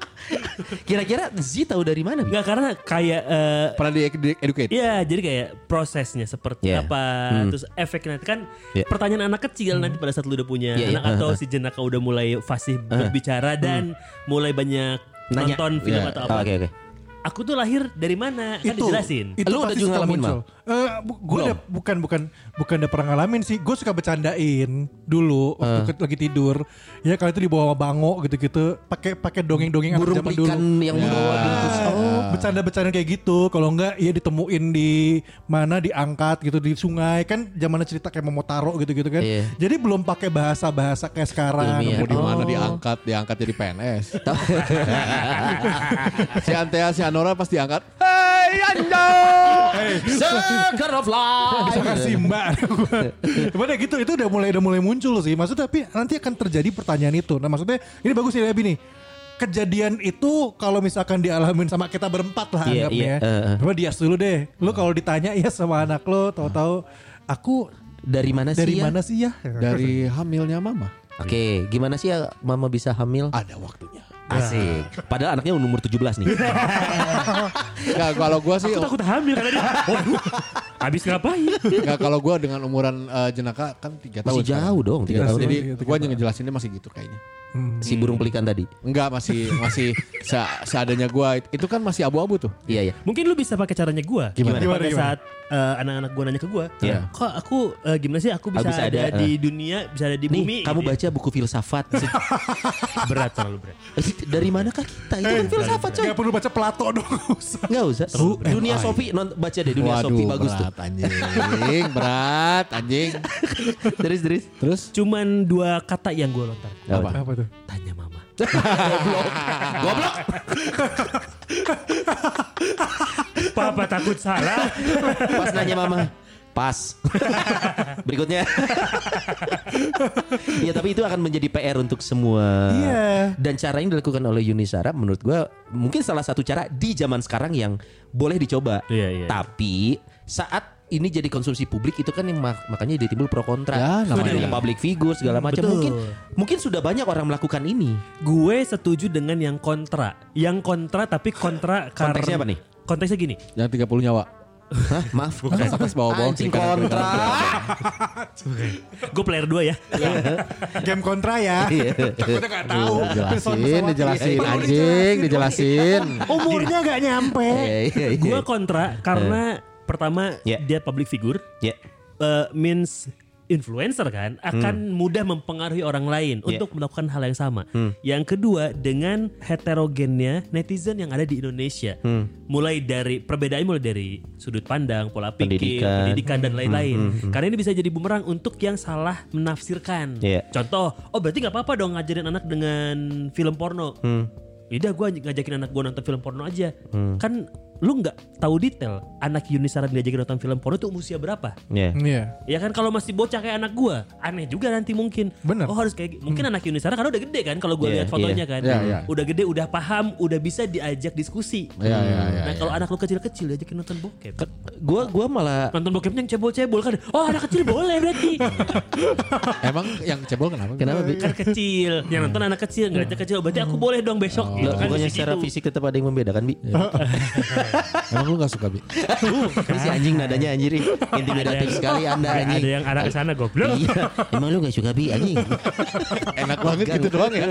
Kira-kira Z tahu dari mana? Bi?
Nggak karena kayak eh,
Pernah di di- educate.
Iya, jadi kayak prosesnya seperti
Iya.
apa, terus efeknya nanti kan
Iya.
pertanyaan anak kecil nanti pada saat lu udah punya
Iya, iya.
anak atau si jenaka udah mulai fasih berbicara dan mulai banyak
Uh-huh. Hmm. Nanya.
nonton film
Iya.
atau apa.
Oh, Oke oke.
Aku tuh lahir dari mana? Kan dijelasin.
Lu udah juga ngalamin,
gue Eh, udah bukan bukan bukan udah pernah ngalamin sih. Gue suka bercandain dulu
Eh.
waktu ke- lagi tidur. Ya kalau itu dibawa bango gitu-gitu, pakai pakai dongeng-dongeng anak
Burung
zaman
pelikan ya. yang membawa bungkus.
Ah, bercanda-bercanda kayak gitu. Kalau enggak ya ditemuin di mana diangkat gitu di sungai kan zaman cerita kayak Momotaro gitu-gitu kan.
Iya.
Jadi belum pakai bahasa-bahasa kayak sekarang.
Ilmiah. Oh.
Mau di mana diangkat, diangkat jadi PNS. si Antea, si Anora pas diangkat. Hei Anda.
Sucker of life.
Bisa kasih mbak Cuman ya gitu Itu udah mulai udah mulai muncul sih Maksud tapi nanti akan terjadi pertanyaan itu Nah maksudnya Ini bagus ya Abi nih Kejadian itu kalau misalkan dialamin sama kita berempat lah
Iya,
anggapnya.
iya, eh, eh.
Cuma dia dulu deh. Lu kalau ditanya ya sama anak lo, tahu-tahu aku
Dari mana sih?
dari
ya?
mana sih ya?
Dari hamilnya mama.
Oke, gimana sih ya mama bisa hamil?
Ah.
Ada waktunya.
Asik. Padahal anaknya umur 17 nih.
Nggak, kalau gua sih
Aku takut hamil karena dia. Waduh. Habis ngapain?
Nggak, kalau gua dengan umuran eh, jenaka kan 3 tahun.
Masih jauh dong,
Tiga
tiga tahun.
Jadi
Tiga
gua
tahun.
ngejelasinnya masih gitu kayaknya.
Si burung pelikan tadi.
Enggak masih masih se- seadanya gua itu kan masih abu-abu tuh.
Iya ya.
Mungkin lu bisa pakai caranya gua. Pada
Gimana?
Gimana, gimana?
saat eh, anak-anak gua nanya ke gua,
Iya.
kok aku eh, gimana sih aku bisa,
bisa
ada,
ada, eh.
di dunia, bisa ada di
Nih,
bumi?
kamu
gitu ya.
baca buku filsafat.
berat terlalu berat.
Dari manakah kita?
Eh,
Itu kan filsafat coy.
Gak perlu baca Plato dong. nggak usah.
Enggak usah. Dunia Sofi non- baca deh Dunia Sofi bagus tuh.
berat anjing, berat anjing.
Terus terus.
Terus
Cuman dua kata yang gue lontarkan.
Apa?
Apa tuh?
Tanya mama.
Goblok.
Papa takut salah.
Pas nanya mama. Pas. Berikutnya. ya tapi itu akan menjadi PR untuk semua.
Iya.
Dan cara yang dilakukan oleh Yunisara menurut gua mungkin salah satu cara di zaman sekarang yang boleh dicoba.
Iya, iya.
Tapi saat ini jadi konsumsi publik itu kan yang mak- makanya dia timbul pro kontra.
Ya, namanya.
Dari public figure segala macam.
betul.
Mungkin mungkin sudah banyak orang melakukan ini.
gue setuju dengan yang kontra. Yang kontra tapi kontra karena
Konteksnya apa nih?
Konteksnya gini.
yang 30 nyawa.
Hah, maaf,
Bukan. Pas bawa-bawa
Anjing
klik kanan, klik
kontra.
Gue player 2 ya.
Game kontra ya.
Iya.
Takutnya gak tahu.
Dijelasin, dijelasin anjing, dijelasin.
Umurnya gak nyampe.
Iya, iya, iya.
Gue kontra karena pertama
Ya.
dia public figure
Ya.
eh, means influencer kan akan mudah mempengaruhi orang lain
Iya.
untuk melakukan hal yang sama. Yang kedua dengan heterogennya netizen yang ada di Indonesia, mulai dari perbedaan mulai dari sudut pandang, pola pikir, pendidikan,
Pendidikan.
dan lain-lain. Karena ini bisa jadi bumerang untuk yang salah menafsirkan.
Iya.
Contoh, oh berarti nggak apa-apa dong ngajarin anak dengan film porno. Yaudah gue ngajakin anak gue nonton film porno aja. Kan lu nggak tahu detail anak Yuni Sarah diajakin nonton film porno itu usia berapa?
Ya.
Iya.
Ya kan kalau masih bocah kayak anak gua, aneh juga nanti mungkin.
Bener.
Oh harus kayak gi- mungkin anak Yunisara karena udah gede kan kalau gua
Iya,
lihat fotonya
iya.
kan.
Hmm. Iya, iya.
Udah gede, udah paham, udah bisa diajak diskusi.
Iya, iya, iya,
nah, kalau anak lu kecil-kecil diajakin nonton bokep.
Gua gua malah
Nonton bokepnya yang cebol-cebol kan. Oh, anak kecil boleh berarti.
Emang yang cebol kenapa?
kenapa Bi?
kan kecil. Yang nonton anak kecil, ngeliatnya kecil. Berarti aku boleh dong besok gitu
Loh,
kan.
bukannya
Di
Hmm. Oh. secara
situ.
fisik tetap ada yang membedakan bi
Emang lu gak suka bi?
Kan si anjing nadanya anjir ih. intimidatif sekali anda
Ada
anjing
yang arah ke sana goblok.
iya emang lu gak suka bi anjing
Enak banget
Magang.
gitu doang ya.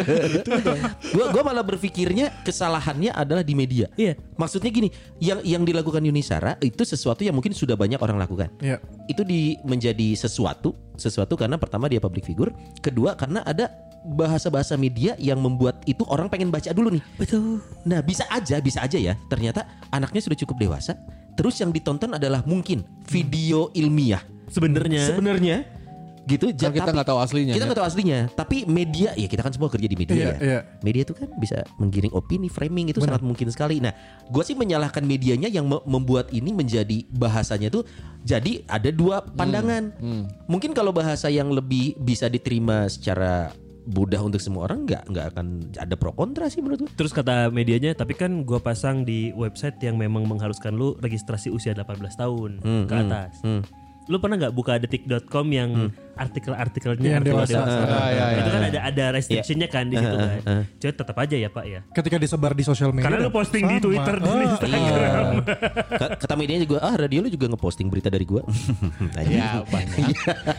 gua gua malah berpikirnya kesalahannya adalah di media
Iya.
maksudnya gini yang yang dilakukan Yunisara itu sesuatu yang mungkin sudah banyak orang lakukan
Iya.
itu di menjadi sesuatu sesuatu karena pertama dia public figure kedua karena ada bahasa-bahasa media yang membuat itu orang pengen baca dulu nih betul nah bisa aja bisa aja ya ternyata anaknya sudah cukup dewasa terus yang ditonton adalah mungkin video ilmiah
Sebenarnya.
sebenarnya gitu
Kan kita nggak tahu aslinya,
Iya,
kita
ya?
nggak tahu aslinya tapi media ya kita kan semua kerja di media
Iya,
ya
iya.
media itu kan bisa menggiring opini framing itu sangat mungkin sekali nah gue sih menyalahkan medianya yang me- membuat ini menjadi bahasanya tuh jadi ada dua
Hmm,
pandangan mungkin kalau bahasa yang lebih bisa diterima secara mudah untuk semua orang nggak nggak akan ada pro kontra sih menurut gue
Terus kata medianya, tapi kan gua pasang di website yang memang mengharuskan lu registrasi usia 18 tahun
Hmm,
ke atas. Lu pernah nggak buka detik.com yang artikel-artikelnya
Yang
artikel
dewasa.
Hmm. Ah, iya, iya,
Itu kan
iya. Ah,
ada ada restrictionnya kan di situ kan. Jadi tetap aja ya Pak ya.
Ketika disebar di sosial media.
Karena lu posting di
sama.
Twitter dan
Oh,
Instagram.
Ka- kata medianya juga ah radio lu juga ngeposting berita dari Nah, gitu. gue
Iya.
Ya
Iya.
banyak.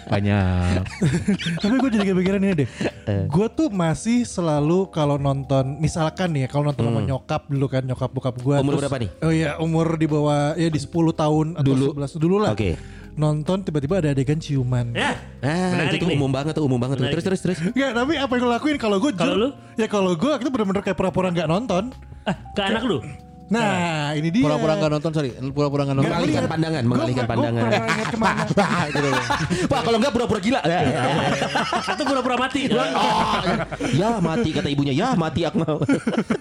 Banyak.
Tapi gue jadi kepikiran ini deh.
Eh.
Gue tuh masih selalu kalau nonton, misalkan nih ya, kalau nonton sama nyokap dulu kan, nyokap bokap gue.
Hmm. Umur berapa nih?
Oh iya, umur di bawah ya di 10 tahun atau
Dulu.
11 dulu lah.
Oke.
Nonton tiba-tiba ada adegan ciuman.
Ya.
Nah, itu
Menarik
tuh
nih.
umum banget tuh, umum banget tuh.
Menarik
Terus terus terus.
Nggak, tapi apa yang lo lakuin kalau gue
Kalau lu?
Ya kalau gue itu bener-bener kayak pura-pura nggak nonton.
Ah, ke anak lu.
Nah, ini dia.
Pura-pura nggak nonton sorry. Pura-pura nggak nonton.
Mengalihkan pandangan, mengalihkan pandangan. Gitu. Pak, kalau enggak pura-pura gila.
Iya,
Ya, ya, ya.
Atau pura-pura mati.
Oh, ya mati kata ibunya. Ya mati aku mau.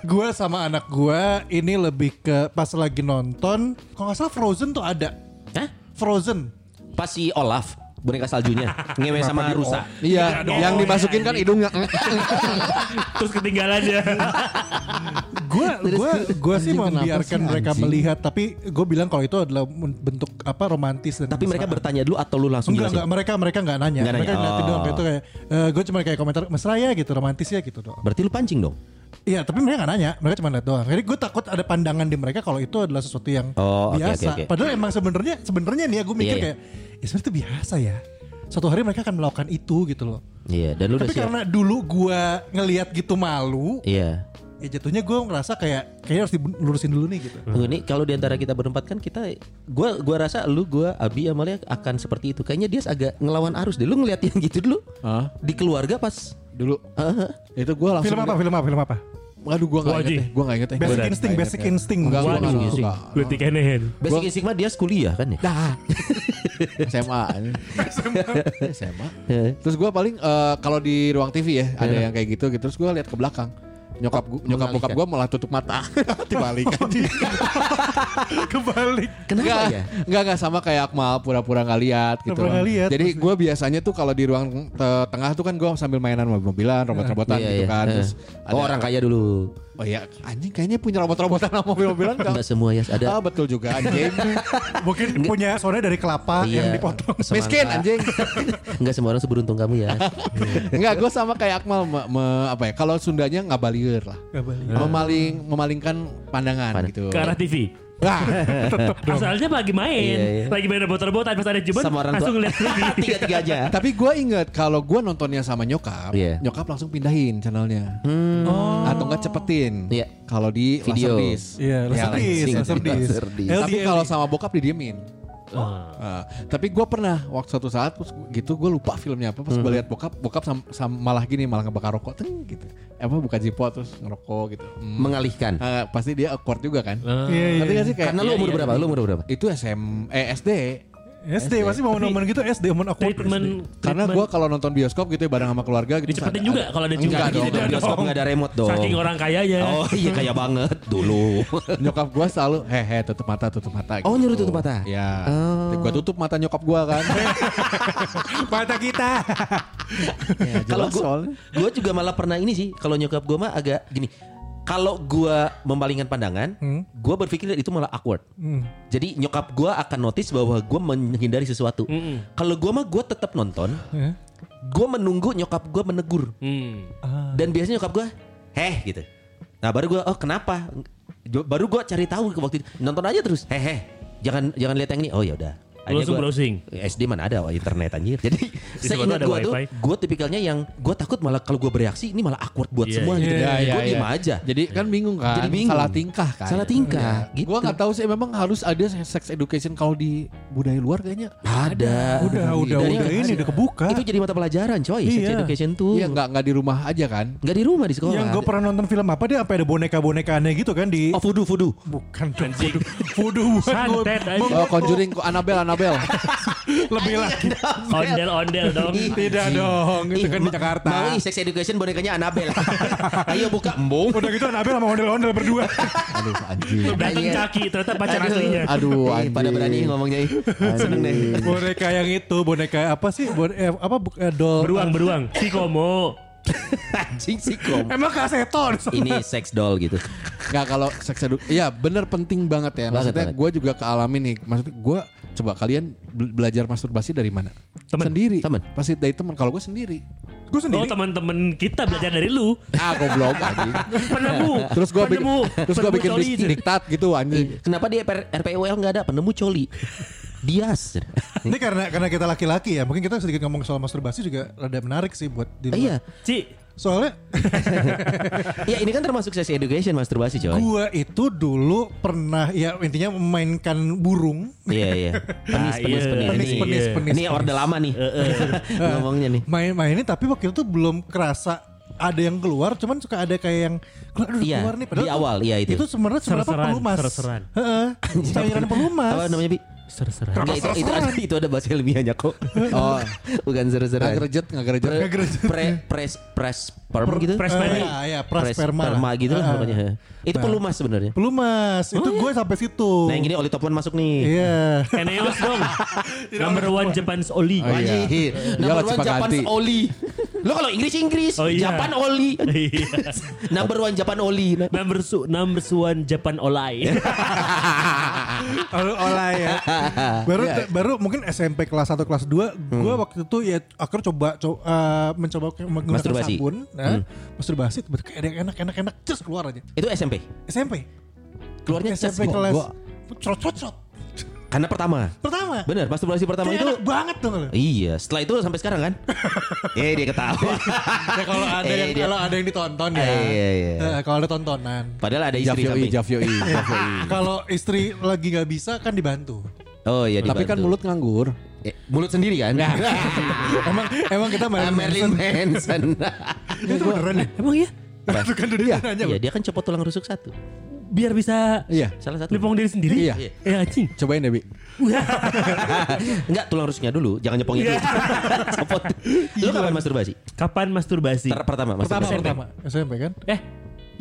gue sama anak gue ini lebih ke pas lagi nonton, kalau nggak salah Frozen tuh ada.
Hah?
Frozen.
Pas si Olaf boneka saljunya ngewe sama rusa.
Iya, yang dimasukin kan hidungnya.
Terus ketinggalan ya.
Gue gue gue sih
Anjing, kenapa
membiarkan
sih,
mereka
anjing?
melihat, tapi gue bilang kalau itu adalah bentuk apa romantis dan
Tapi mereka
kemesraan.
bertanya dulu atau lu langsung
Enggak, enggak,
jelasin?
mereka mereka enggak nanya.
Nggak
mereka
nanya,
ngeliatin
oh.
doang kayak itu kayak eh gue cuma kayak komentar mesra ya gitu, romantis ya gitu doang.
Berarti lu pancing dong.
Iya, tapi mereka nggak nanya, mereka cuma lihat doang. Jadi gue takut ada pandangan di mereka kalau itu adalah sesuatu yang
Oh, oke,
biasa.
oke, oke.
Padahal emang sebenarnya sebenarnya nih ya gue mikir
Iya, iya.
kayak ya sebenarnya itu biasa ya. Suatu hari mereka akan melakukan itu gitu loh.
Iya, dan lu udah
tapi
siap.
karena dulu gue ngelihat gitu malu,
Iya.
ya jatuhnya gue ngerasa kayak kayaknya harus dilurusin dulu nih gitu.
Tunggu nih kalau diantara kita berempat kan kita gua gua rasa lu gua Abi Amalia akan seperti itu. Kayaknya dia agak ngelawan arus deh. Lu ngeliat yang gitu dulu.
Hah?
Di keluarga pas
Dulu. Itu gue langsung.
Film apa? Film apa? Film apa?
Aduh gue gak inget
Wajib.
deh. Gue gak inget deh.
Basic instinct, basic instinct.
Enggak, gue
Waduh,
Iya
gak
basic.
suka.
Berarti kenehan.
basic instinct mah dia kuliah kan ya?
Dah. SMA. ini. SMA.
Ya.
Terus gue paling eh, kalau di ruang TV ya ada yang kayak gitu gitu. Terus gue lihat ke belakang. Nyokap gua, nyokap bokap gue malah tutup mata. Dibalik.
Kebalik.
Kenapa
Enggak,
Oh, ya?
enggak, enggak sama kayak Akmal pura-pura nggak lihat gitu.
Pura-pura nggak lihat,
Jadi gue biasanya tuh kalau di ruang te- tengah tuh kan gue sambil mainan mobil-mobilan, robot-robotan
Iya,
gitu
iya.
kan. Terus
Eh. Oh, orang kaya dulu.
Oh iya, anjing kayaknya punya robot-robotan sama mobil-mobilan enggak?
Enggak semua ya, ada.
Ah, betul juga anjing.
Mungkin punya soalnya dari kelapa yang
Iya.
dipotong.
Miskin anjing.
Enggak semua orang seberuntung kamu ya.
Enggak, gue sama kayak Akmal me- me- apa ya? Kalau Sundanya ngabalir lah.
Nggak balik.
Memaling memalingkan pandangan
Eh. Pandang-
gitu.
Ke arah TV.
Nah,
Wah,
Asalnya lagi main,
Iya, iya.
lagi main rebut-rebutan pas ada jeban
Sama orang tua.
langsung ngeliat lagi.
tiga tiganya
tapi gue inget kalau gue nontonnya sama nyokap,
Iya. Hmm. Oh.
nyokap langsung pindahin channelnya. Atau enggak cepetin.
Iya.
Kalau di
Video.
Laserdisc.
Iya,
Ya,
Laserdisc,
Laserdisc.
Laserdisc.
Laserdisc.
LD.
Tapi kalau sama bokap didiemin.
Oh.
Ah, tapi gue pernah waktu suatu saat terus gitu gue lupa filmnya apa pas
Hmm.
gue lihat bokap bokap sam, sam- malah gini malah ngebakar rokok teng gitu apa buka jipot terus ngerokok gitu Hmm.
mengalihkan
Ah, pasti dia awkward juga kan
Eh,
Iya, iya.
Ngerti nggak sih kayak
karena lu umur berapa lu umur berapa
itu SM eh SD
SD masih momen-momen gitu SD momen awkward.
Treatment,
karena
treatment.
gue kalau nonton bioskop gitu ya bareng sama keluarga gitu
Dicepetin
ada-
juga
ada-
kalau ada
Enggak
juga.
dong,
Gitu
enggak
dong.
Iya, bioskop nggak ada remote dong
Saking orang kayanya.
oh iya kaya banget dulu
nyokap gue selalu hehe tutup mata tutup mata
Oh, nyuruh tutup mata? Oh.
ya gue tutup mata nyokap gue kan
Mata kita.
ya,
kalau
jelas
gua,
soalnya
gua juga malah pernah ini sih kalau nyokap gua mah agak gini kalau gua memalingkan pandangan
Hmm.
gua berpikir itu malah awkward jadi nyokap gua akan notice bahwa gua menghindari sesuatu
Hmm.
kalau gua mah gua tetap nonton gua menunggu nyokap gua menegur
Hmm.
dan biasanya nyokap gua heh gitu nah baru gua oh kenapa baru gua cari tahu ke waktu itu nonton aja terus heh heh jangan jangan lihat yang ini oh ya udah Akhirnya
Langsung
gua-
browsing.
SD mana ada wah, internet anjir. Jadi seingat
ada
gue tuh,
wifi.
gue tipikalnya yang gue takut malah kalau gue bereaksi ini malah awkward buat
Iya,
semua gitu.
Iya, iya,
gue diem
iya.
aja.
Jadi kan bingung kan.
Jadi bingung.
Salah tingkah kan.
Salah tingkah, gitu.
Gua nggak tahu sih memang harus ada sex education kalau di budaya luar kayaknya.
ada.
Udah, udah,
Dari-
udah ini udah kebuka.
Itu jadi mata pelajaran coy, sex
Iya.
education tuh.
Iya nggak nggak di rumah aja kan.
Nggak di rumah di sekolah.
Yang gue pernah nonton film apa dia sampai ada boneka-bonekaannya gitu kan di
Oh fudu fudu.
bukan dong voodoo voodoo bukan
Santet
Gua-
aja.
Oh, Conjuring Anabel Anabel.
lebih lagi
Ondel-ondel dong.
tidak dong itu kan di Jakarta
Mau ih, sex education bonekanya Anabel. Ayo buka embung.
udah gitu Nabil sama ondel-ondel berdua
Aduh anjing.
Datang
Iya.
caki ternyata pacar
Aduh.
aslinya.
Aduh
Ih,
anjing.
Pada berani ngomongnya. ih. Seneng deh.
boneka yang itu boneka apa sih Bone- eh, apa bu- eh, doll
Beruang beruang. Si Komo.
Anjing sih kom.
emang kaseton
Ini sex doll gitu.
Nggak kalau sex edu, Iya bener penting banget ya.
Banget,
Maksudnya
banget.
gue juga kealamin nih. Maksudnya gue coba kalian be- belajar masturbasi dari mana?
Temen.
Sendiri.
Temen.
Pasti dari temen. Kalau gue sendiri.
gue
Oh
sendiri
teman-teman kita belajar dari lu.
Ah goblok anjing.
Penemu.
Terus gue bikin,
Penemu.
terus gua
Penemu
bikin
coli.
dik- diktat gitu anjing.
Kenapa di RP- RPUL nggak ada penemu coli? Dias.
ini karena karena kita laki-laki ya mungkin kita sedikit ngomong soal masturbasi juga rada menarik sih buat di luar.
Iya.
Ci.
soalnya
Ya ini kan termasuk sex education masturbasi coy.
gue itu dulu pernah ya intinya memainkan burung
Iya iya. Penis
Ah,
penis
iya.
penis.
penis
Ini-
penis
iya.
penis
Ini orde lama nih ngomongnya nih.
main-mainin tapi waktu itu belum kerasa ada yang keluar cuman suka ada kayak yang keluar, aduh,
Iya,
keluar nih
di awal, iya itu.
itu sebenarnya seberapa
Ser-seran,
pelumas
ser-seran.
Heeh, cairan pelumas
Apa namanya Bi?
Ser-seran.
Nggak, itu, itu, ada, itu ada bahasa ilmiahnya kok.
Oh.
Bukan
Nggak
seru-seruan.
gerejet, nggak gerejet.
Pre, pre, pres, pres, perm gitu.
pres-
Eh,
Sperma.
ya, ya,
Pres-
prasperma lah.
perma gitu lah
Heeh.
pokoknya. Itu pelumas sebenarnya.
pelumas itu gue sampai situ
Oh, Nah yang gini Oli Toplan masuk nih.
iya
Eneos dong. Number one Japan's Oli.
Oh, iya.
Anjir.
Iyalah,
Number one
cepat
Japan
ganti.
Oli. Lo kalau Inggris Inggris,
Oh, iya.
Japan Oli.
Iya.
Number one Japan Oli. Nah,
Number su number one Japan Olai.
Lalu olah ya. baru
Iya.
baru mungkin SMP kelas 1 kelas 2
Hmm.
gue waktu itu ya akhirnya coba co- eh, mencoba ke- menggunakan
Masturbasi. Hmm.
sabun, nah, masturbasi tiba-tiba kayak ada yang enak enak enak terus keluar aja.
Itu SMP.
SMP.
Keluarnya
SMP
ces.
kelas
Gua-
crot crot crot.
Karena pertama.
Pertama.
Bener, masturbasi pertama
Kayak
itu
enak banget dong lo.
Iya, setelah itu sampai sekarang kan? eh dia ketawa.
Ya kalau ada
Eh,
yang
dia-
kalau ada yang ditonton ya.
Eh, iya, iya.
Eh, kalau ada tontonan.
Padahal ada istri
Jafyoi,
samping.
Jafyoi.
Kalau istri lagi nggak bisa kan dibantu.
Oh iya
Tapi kan
dibantu.
mulut nganggur.
Eh, mulut sendiri kan?
emang emang kita
Ah,
Marilyn
Marilyn
Manson.
Manson.
Itu beneran ya?
Emang ya?
Itu kan dunia nanya.
Iya, dia kan copot tulang rusuk satu.
Biar bisa
Iya.
Salah satu.
lipong diri sendiri.
Iya.
Eh anjing.
Cobain deh, Bi.
Enggak, tulang rusuknya dulu, jangan nyepongnya dulu. copot. Lu kapan masturbasi?
Kapan masturbasi?
Ter pertama
Pertama
masturbasi.
pertama SMP kan?
Eh,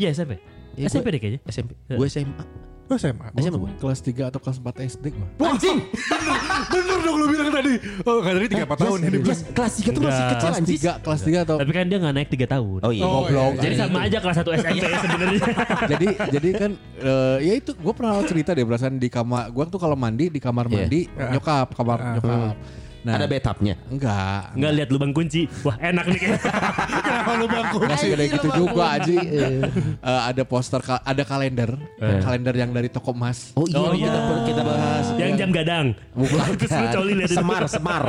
iya SMP.
Ya, gua-
SMP deh kayaknya. Iya.
SMP. Gue SMA.
Lu SMA.
SMA gue.
Kelas 3 atau kelas 4 SD gua.
Anjing.
Oh, Bener dong lu bilang tadi. Oh, enggak tadi 3 4 tahun ya dibilang.
Kelas kelas 3 tuh masih
Enggak.
kecil
Kelas
anjing.
3, kelas 3 atau
Tapi kan dia gak naik 3 tahun.
Oh iya.
Oh,
goblok.
Jadi
anjing.
sama aja kelas 1 SMP sebenarnya.
jadi jadi kan eh, ya itu
Ah.
gue pernah cerita deh perasaan di kamar gue tuh kalau mandi di kamar
Iya.
mandi nyokap kamar nyokap Nah.
Ada bathtubnya.
Enggak.
Nggak lihat lubang kunci. Wah enak nih kayaknya.
Kenapa lu bangku?
Enggak segede
Anjir,
gitu
Bang.
juga Aji. Eh, ada poster, ka- ada kalender.
Eh.
Kalender yang dari toko emas. Iya.
Oh iya,
Oh, iya.
kita per- kita bahas.
Yang jam gadang.
Bukan.
Terus lu coli lihat itu.
semar, semar.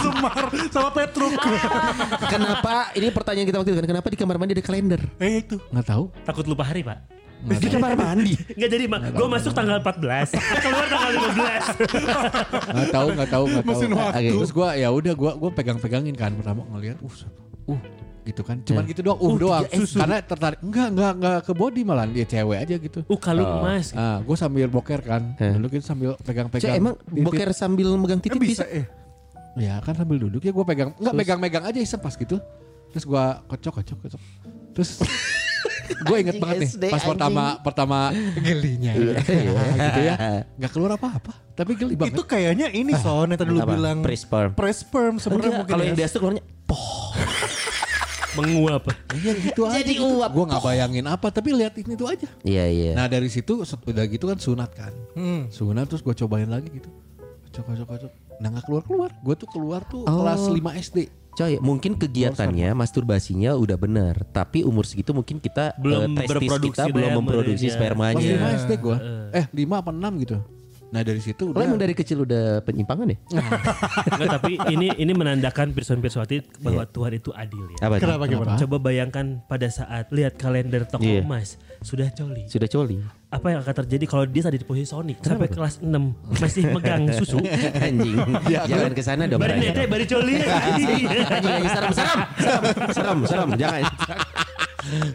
Semar sama Petruk.
kenapa? Ini pertanyaan kita waktu itu kan. Kenapa di kamar mandi ada kalender?
eh itu.
Enggak tahu.
Takut lupa hari pak.
Di kamar mandi.
Nggak jadi mak. Gue masuk tanggal 14. Keluar tanggal 15.
Enggak tahu, enggak tahu, enggak tahu.
Mesin waktu.
Oke, Terus gua ya udah gua gua pegang-pegangin kan pertama ngelihat uh uh gitu kan. Cuman gitu doang, uh, doang. Karena tertarik enggak enggak enggak ke body malah dia cewek aja gitu.
Uh kalung
Oh.
emas.
Ah, gue sambil boker kan, duduk itu sambil
Cek
pegang-pegang.
emang
titik.
boker sambil megang
Kan
titik
bisa
bisa.
eh.
Ya kan sambil duduk ya gue pegang, nggak pegang-pegang aja isep pas gitu. Terus gue kocok kocok kocok. Terus gue inget
Anjing
banget nih
SD,
pas pertama pertama gelinya
Iya.
gitu ya nggak keluar apa-apa tapi geli banget
Itu kayaknya ini Son yang tadi lu
Ah. Apa?
bilang.
Presperm.
Presperm sebenarnya
Enggak,
mungkin.
kalau yang
ya.
dia keluarnya poh.
Menguap.
iya gitu aja
Jadi
gitu.
uap.
gue nggak bayangin apa tapi lihat ini tuh aja
Iya iya.
nah dari situ set- udah gitu kan sunat kan
Hmm.
sunat terus gue cobain lagi gitu kocok kocok kocok nah nggak keluar keluar gue tuh keluar tuh
Oh.
kelas 5 SD
Coy, mungkin kegiatannya masturbasinya udah benar, tapi umur segitu mungkin kita
Belum
eh, testis
berproduksi
kita belum
sperma,
memproduksi
iya.
kelas
spermanya.
5 SD gue eh 5 apa 6 gitu nah dari situ
Lo emang dari kecil udah penyimpangan ya?
Nggak, tapi ini ini menandakan pirsuan pirsuati bahwa Tuhan itu adil ya.
Iya. Apa?
Kenapa gimana?
Coba bayangkan pada saat lihat kalender toko
Iya.
emas sudah coli.
Sudah coli.
Apa yang akan terjadi kalau dia ada di posisi Sonic sampai kelas 6 masih megang susu?
Anjing. Jangan ke sana dong.
Bari
Bray.
nete, bari coli.
Iya, Anjing lagi serem, serem. Serem, serem, serem. Jangan.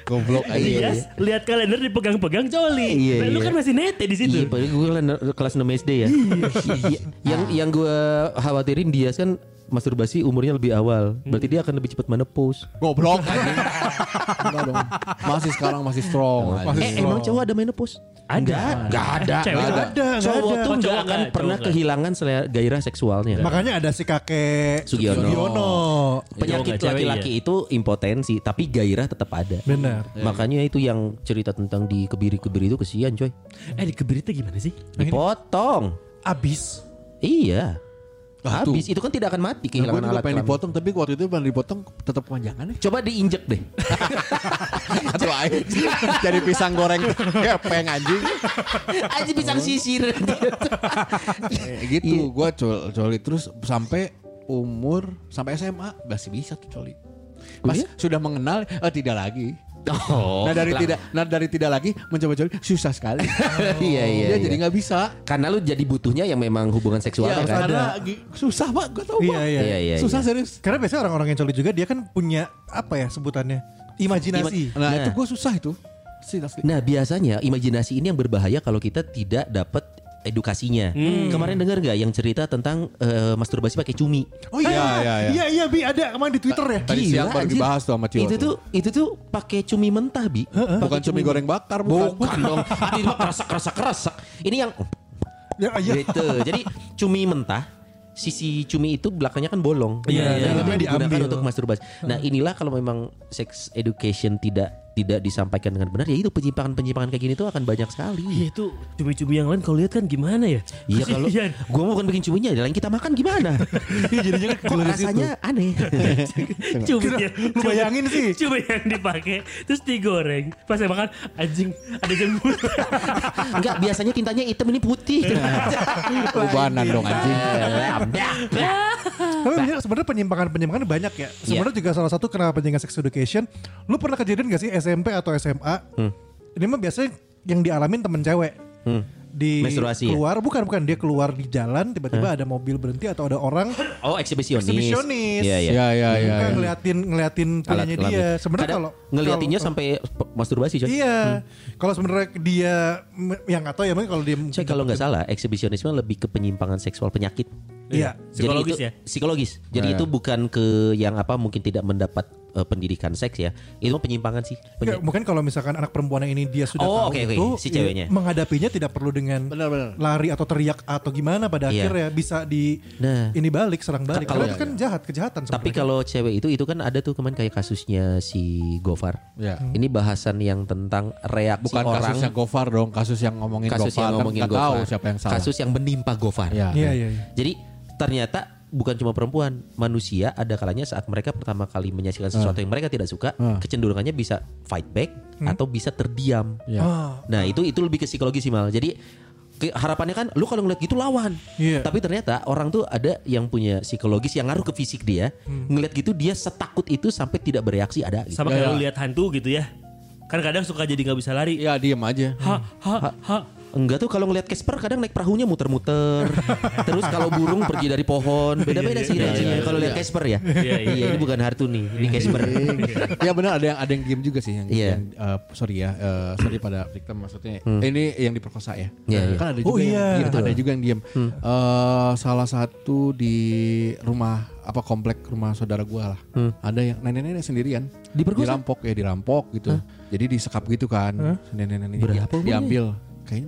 goblok
Iya, lihat kalender dipegang-pegang coli.
Iya,
Nah, Lu
iya.
kan masih nete di situ.
Iya, padahal gue kela- kelas 6 SD ya. Iya. yang yang gue khawatirin dia kan masturbasi umurnya lebih awal.
Hmm.
Berarti dia akan lebih cepat menepus.
Goblok anjing. Enggak dong. Masih sekarang masih strong.
Masih
Eh, emang cowok ada menepus?
Ada.
Gak ada.
Cewek
Nggak
Nggak
ada.
ada, nggak
Cowok
ada.
tuh
Oh,
nggak
cowok
akan
nggak,
pernah
cowok nggak.
kehilangan selera gairah seksualnya.
Makanya ada si kakek
Sugiono.
Sugiono.
Penyakit
Cowok nggak, cewek
laki-laki
iya.
itu impotensi, tapi gairah tetap ada.
Benar.
Iya.
Makanya itu yang cerita tentang di kebiri-kebiri itu kesian coy.
Nah,
Eh di keberita gimana sih?
Dipotong.
Abis.
Iya.
Ah, tuh.
Habis itu kan tidak akan
Nah,
mati
gue
kehilangan
juga
alat
pengen
kelamin.
dipotong tapi waktu itu pengen dipotong tetap kepanjangan ya. nih.
Coba diinjek deh.
Atau air. Jadi pisang goreng kepeng anjing.
Aja
Oh.
pisang sisir.
Eh, gitu. Gue col coli terus sampai umur sampai SMA masih bisa tuh coli. Pas
Kuliah?
sudah mengenal eh, tidak lagi.
oh.
Nah dari tidak nah dari tidak lagi mencoba coli susah sekali.
Iya iya.
Dia
iya.
jadi nggak bisa.
karena lu jadi butuhnya yang memang hubungan seksual
Ya,
kan.
karena gi- susah pak, gue tau
Iya,
pak.
iya.
Iya, iya,
susah
iya.
serius.
Karena biasanya orang-orang yang coli juga dia kan punya apa ya sebutannya? Imajinasi.
Nah,
Nah.
itu gue susah itu. Sih, asli.
Nah, biasanya imajinasi ini yang berbahaya kalau kita tidak dapat edukasinya.
Hmm.
Kemarin dengar nggak yang cerita tentang eh, masturbasi pakai cumi? Iya,
oh iya.
Ah,
iya,
iya, iya.
iya, Bi ada kemarin di Twitter ya.
Tadi siang Iya, baru
anjir.
dibahas tuh sama Cio
Itu
tuh.
tuh itu tuh pakai cumi mentah, Bi.
Bukan cumi goreng bakar, bukan.
Bukan dong. Itu mah kerasak-kerasak-kerasak. Ini yang
Ya, iya.
gitu. Jadi cumi mentah sisi cumi itu belakangnya kan bolong.
Iya, iya.
Nah, itu
Dalamnya
digunakan
diambil.
untuk masturbasi. Nah, inilah kalau memang sex education tidak tidak disampaikan dengan benar ya itu penyimpangan-penyimpangan kayak gini tuh akan banyak sekali.
Iya itu cumi-cumi yang lain kalau lihat kan gimana ya?
Iya kalau
Kasihan.
gua mau bukan bikin cuminya, lain kita makan gimana?
Iya, jadinya kan
Kok
keluar dari situ.
rasanya aneh.
cumi
Kira- lu
cumi-
bayangin sih.
cumi yang dipakai terus digoreng pas saya makan anjing ada jembut
Enggak, biasanya tintanya hitam ini putih.
Iya.
Ubanan dong anjing.
Tapi bener, sebenarnya penyimpangan-penyimpangan banyak ya. Sebenarnya juga salah satu kenapa penyimpangan sex education. Lu pernah kejadian gak sih SMP atau SMA? Ini mah biasanya yang dialamin temen cewek. Di
Menstruasi ya?
keluar bukan bukan dia keluar di jalan tiba-tiba ada mobil berhenti atau ada orang
Oh, eksibisionis.
Eksibisionis.
Iya, iya. gitu.
Ya, ya, ya.
bukan
ya.
Nah, ngeliatin ngeliatin
Alat
punyanya
kelamin.
dia. Sebenarnya
Kadang
kalau
ngeliatinnya
kalau-
sampai pe- masturbasi, coy.
Iya. Kalau sebenarnya dia me- yang atau ya mungkin kalau dia
Coy, kalau nggak salah, eksibisionisme lebih ke penyimpangan seksual penyakit.
Iya.
Psikologis
itu,
ya?
Psikologis.
Oh,
Jadi itu bukan ke yang apa mungkin tidak mendapat eh, pendidikan seks ya. Itu penyimpangan sih.
Nggak,
Penyi-
Ya, mungkin kalau misalkan anak perempuan yang ini dia sudah
Oh,
tahu
oke, oke.
itu
Si
ya,
ceweknya.
menghadapinya tidak perlu dengan
Benar, benar.
lari atau teriak atau gimana pada
Iya.
akhirnya bisa di
Nah.
ini balik serang balik.
Kalau-
Kalau
iya.
itu kan jahat kejahatan
Tapi
sebenarnya.
kalau cewek itu itu kan ada tuh kemarin kayak kasusnya si Gofar.
Iya.
Ya.
Hmm. Ini bahasan yang tentang reaksi
Bukan
orang
kasusnya Gofar dong, kasus yang ngomongin
kasus
Gofar.
yang ngomongin
kan nggak tahu
Gofar.
siapa yang salah.
Kasus yang menimpa Gofar.
ya.
Iya iya. iya.
Jadi ternyata bukan cuma perempuan, manusia ada kalanya saat mereka pertama kali menyaksikan
Nah.
sesuatu yang mereka tidak suka, kecenderungannya bisa fight back
Hmm.
atau bisa terdiam.
Iya.
Ah.
Nah, itu itu lebih ke psikologi sih mal. Jadi ke- harapannya kan lu kalau ngeliat gitu lawan.
Iya.
Tapi ternyata orang tuh ada yang punya psikologis yang ngaruh ke fisik dia.
Hmm.
Ngeliat gitu dia setakut itu sampai tidak bereaksi ada gitu.
Sama kayak lu lihat hantu gitu ya. Kan kadang suka jadi nggak bisa lari.
Iya diem aja.
Ha, ha, ha.
Hmm. Enggak tuh kalau ngelihat Casper kadang naik perahunya muter-muter. Terus kalau burung pergi dari pohon. Beda-beda sih reaksinya kalau lihat Casper ya.
Iya, iya.
Iya, ini bukan Hartu nih, ini Casper.
ya benar ada yang ada yang game juga sih yang,
Iya. Hmm.
yang, eh, sorry ya eh, sorry pada victim maksudnya eh, ini yang diperkosa ya
Iya, Hmm. iya.
kan ada juga
Oh,
yang
iya.
diem, ada juga yang diem Eh, salah satu di rumah apa komplek rumah saudara gua lah ada yang nenek-nenek sendirian
Hmm. Diperkosa?
dirampok ya dirampok gitu jadi disekap gitu kan nenek-nenek ini
Berapa umurnya?
diambil kayaknya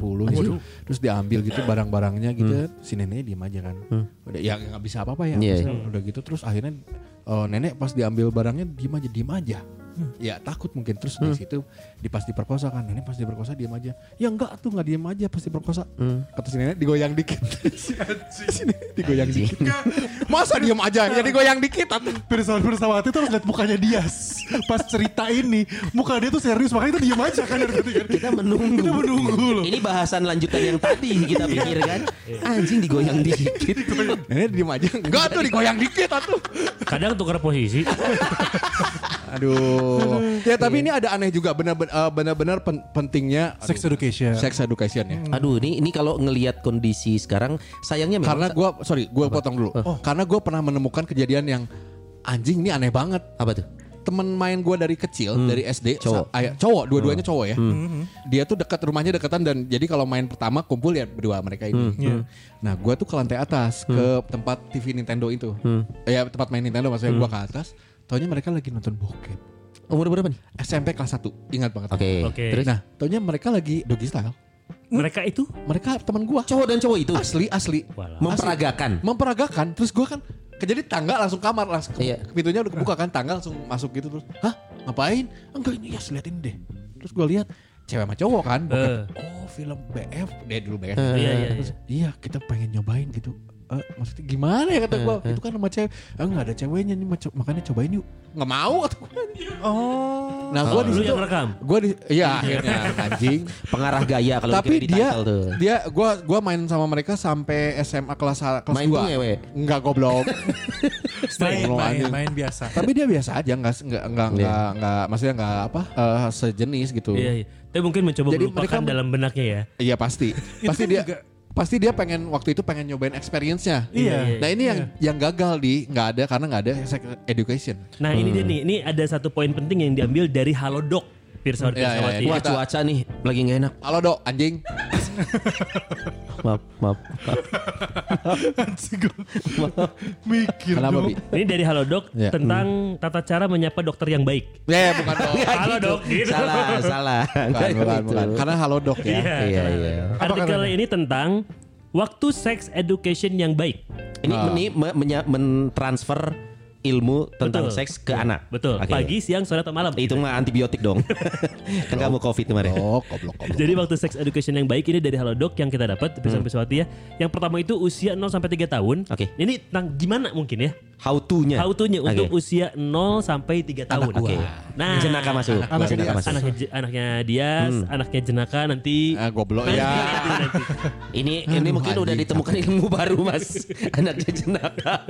70
70-an.
80 gitu. terus diambil gitu barang-barangnya gitu
Hmm.
si neneknya diem aja kan udah ya nggak bisa apa-apa ya
Iya,
maksudnya udah gitu terus akhirnya eh, nenek pas diambil barangnya diem aja diem aja
Hmm.
ya takut mungkin terus di situ di pas diperkosa kan nenek pas diperkosa diem aja ya enggak tuh nggak diem aja pas diperkosa
Hmm.
kata si nenek digoyang dikit si anjing digoyang dikit masa diem aja ya digoyang dikit atuh.
Pirsawan Pirsawati tuh harus lihat mukanya dia pas cerita ini. Muka dia tuh serius makanya itu diem aja kan dari tadi kan.
Kita menunggu.
Kita menunggu loh.
Ini bahasan lanjutan yang tadi kita
Iya.
pikirkan. Anjing digoyang dikit.
nenek diem aja enggak tuh digoyang dikit atuh
Kadang tukar posisi.
aduh ya tapi ini ada aneh juga benar-benar eh, benar-benar pen- pentingnya aduh,
Sex education.
sex education ya
Aduh, ini ini kalau ngelihat kondisi sekarang sayangnya memang
Karena gue, sorry, gue potong dulu.
Eh. Oh.
Karena gue pernah menemukan kejadian yang anjing ini aneh banget.
apa tuh? Hmm.
Temen main gue dari kecil, dari SD, sa-
Cowok. Hmm.
ay- cowok, dua-duanya cowok ya. Dia tuh dekat rumahnya dekatan dan jadi kalau main pertama kumpul ya berdua mereka ini.
Hmm.
Nah, gue tuh ke lantai atas ke tempat TV Nintendo itu,
Hmm.
ya tempat main Nintendo maksudnya gue ke atas. Taunya mereka lagi nonton bokep.
Umur berapa nih?
SMP kelas 1 ingat banget.
Oke.
Oke.
Terus
Nah, taunya mereka lagi doggy style.
Mereka itu
Mereka teman gue.
cowok dan cowok itu
Asli, asli.
Walah.
memperagakan.
memperagakan terus gue kan ke- jadi tangga langsung kamar langsung ke-
Iya.
pintunya udah kebuka kan tangga langsung masuk gitu terus hah ngapain enggak ini ya liatin deh terus gue lihat cewek sama cowok kan bokep.
Eh.
oh film BF deh dulu BF
Eh.
Iya, iya,
Terus, iya kita pengen nyobain gitu Eh, maksudnya gimana ya kata gue itu kan sama cewek "Eh, enggak ada ceweknya nih mac- makanya cobain yuk nggak mau kata gue
Oh.
nah gue di
lu
situ
yang rekam.
gue di iya akhirnya anjing
Pengarah gaya kalau
tapi
dikira di
dia
title tuh.
dia gua gua main sama mereka sampai SMA kelas kelas
Main
2.
ngewe?
Enggak goblok.
Main,
Goblok,
main,
anjing.
main biasa.
Tapi dia biasa aja enggak enggak enggak
Iya.
enggak enggak maksudnya enggak apa eh, sejenis
Oh.
gitu.
Iya, iya. Tapi mungkin mencoba
Jadi
melupakan
mereka-
dalam benaknya ya.
Iya pasti. pasti
kan
dia
juga-
pasti dia pengen waktu itu pengen nyobain experience-nya.
Iya.
Nah, ini yang yang gagal di enggak ada karena enggak ada sex education.
Nah ini
Hmm.
dia nih, ini ada satu poin penting yang diambil dari Halodoc. Pirsawan
Hmm. Ya,
Iya, iya,
Pirsawati.
iya.
Wah
kita-
cuaca nih lagi nggak enak.
Halo, Dok, anjing.
Maaf, maaf, maaf.
Mikir
Kenapa, Bi?
Ini dari Halodoc
Iya.
Ya. Hmm.
tentang tata cara menyapa dokter yang baik.
Ya, bukan dok.
Iya,
Halo dok. Gitu.
salah, salah. gitu.
Bukan, bukan,
Itu.
bukan. Karena halo, Dok ya.
Iya, iya.
Artikel ini tentang waktu sex education yang baik.
Ini
Oh.
ini me- menya- mentransfer ilmu tentang
Betul. Iya,
seks ke anak.
Betul.
Oke.
Pagi, siang, sore atau malam.
Itu mah antibiotik dong. kan kamu covid kemarin.
Oh.
Dok, goblok, goblok.
Jadi waktu sex education yang baik ini dari Halodoc yang kita dapat Pirsawan Pirsawati ya. Yang pertama itu usia 0 sampai 3 tahun.
Hmm. Oke.
Ini tentang gimana mungkin ya?
How to-nya.
How to-nya untuk
Oke.
usia 0 sampai 3 tahun.
Oke.
Nah,
jenaka masuk.
Anak
jenaka
dia.
masuk. Hmm.
anaknya Je- anaknya Dias, anaknya Jenaka nanti
Ah, goblok
nanti-
ya.
nanti.
Ini ini mungkin udah
anjing,
ditemukan ilmu baru Mas. Anaknya jenaka.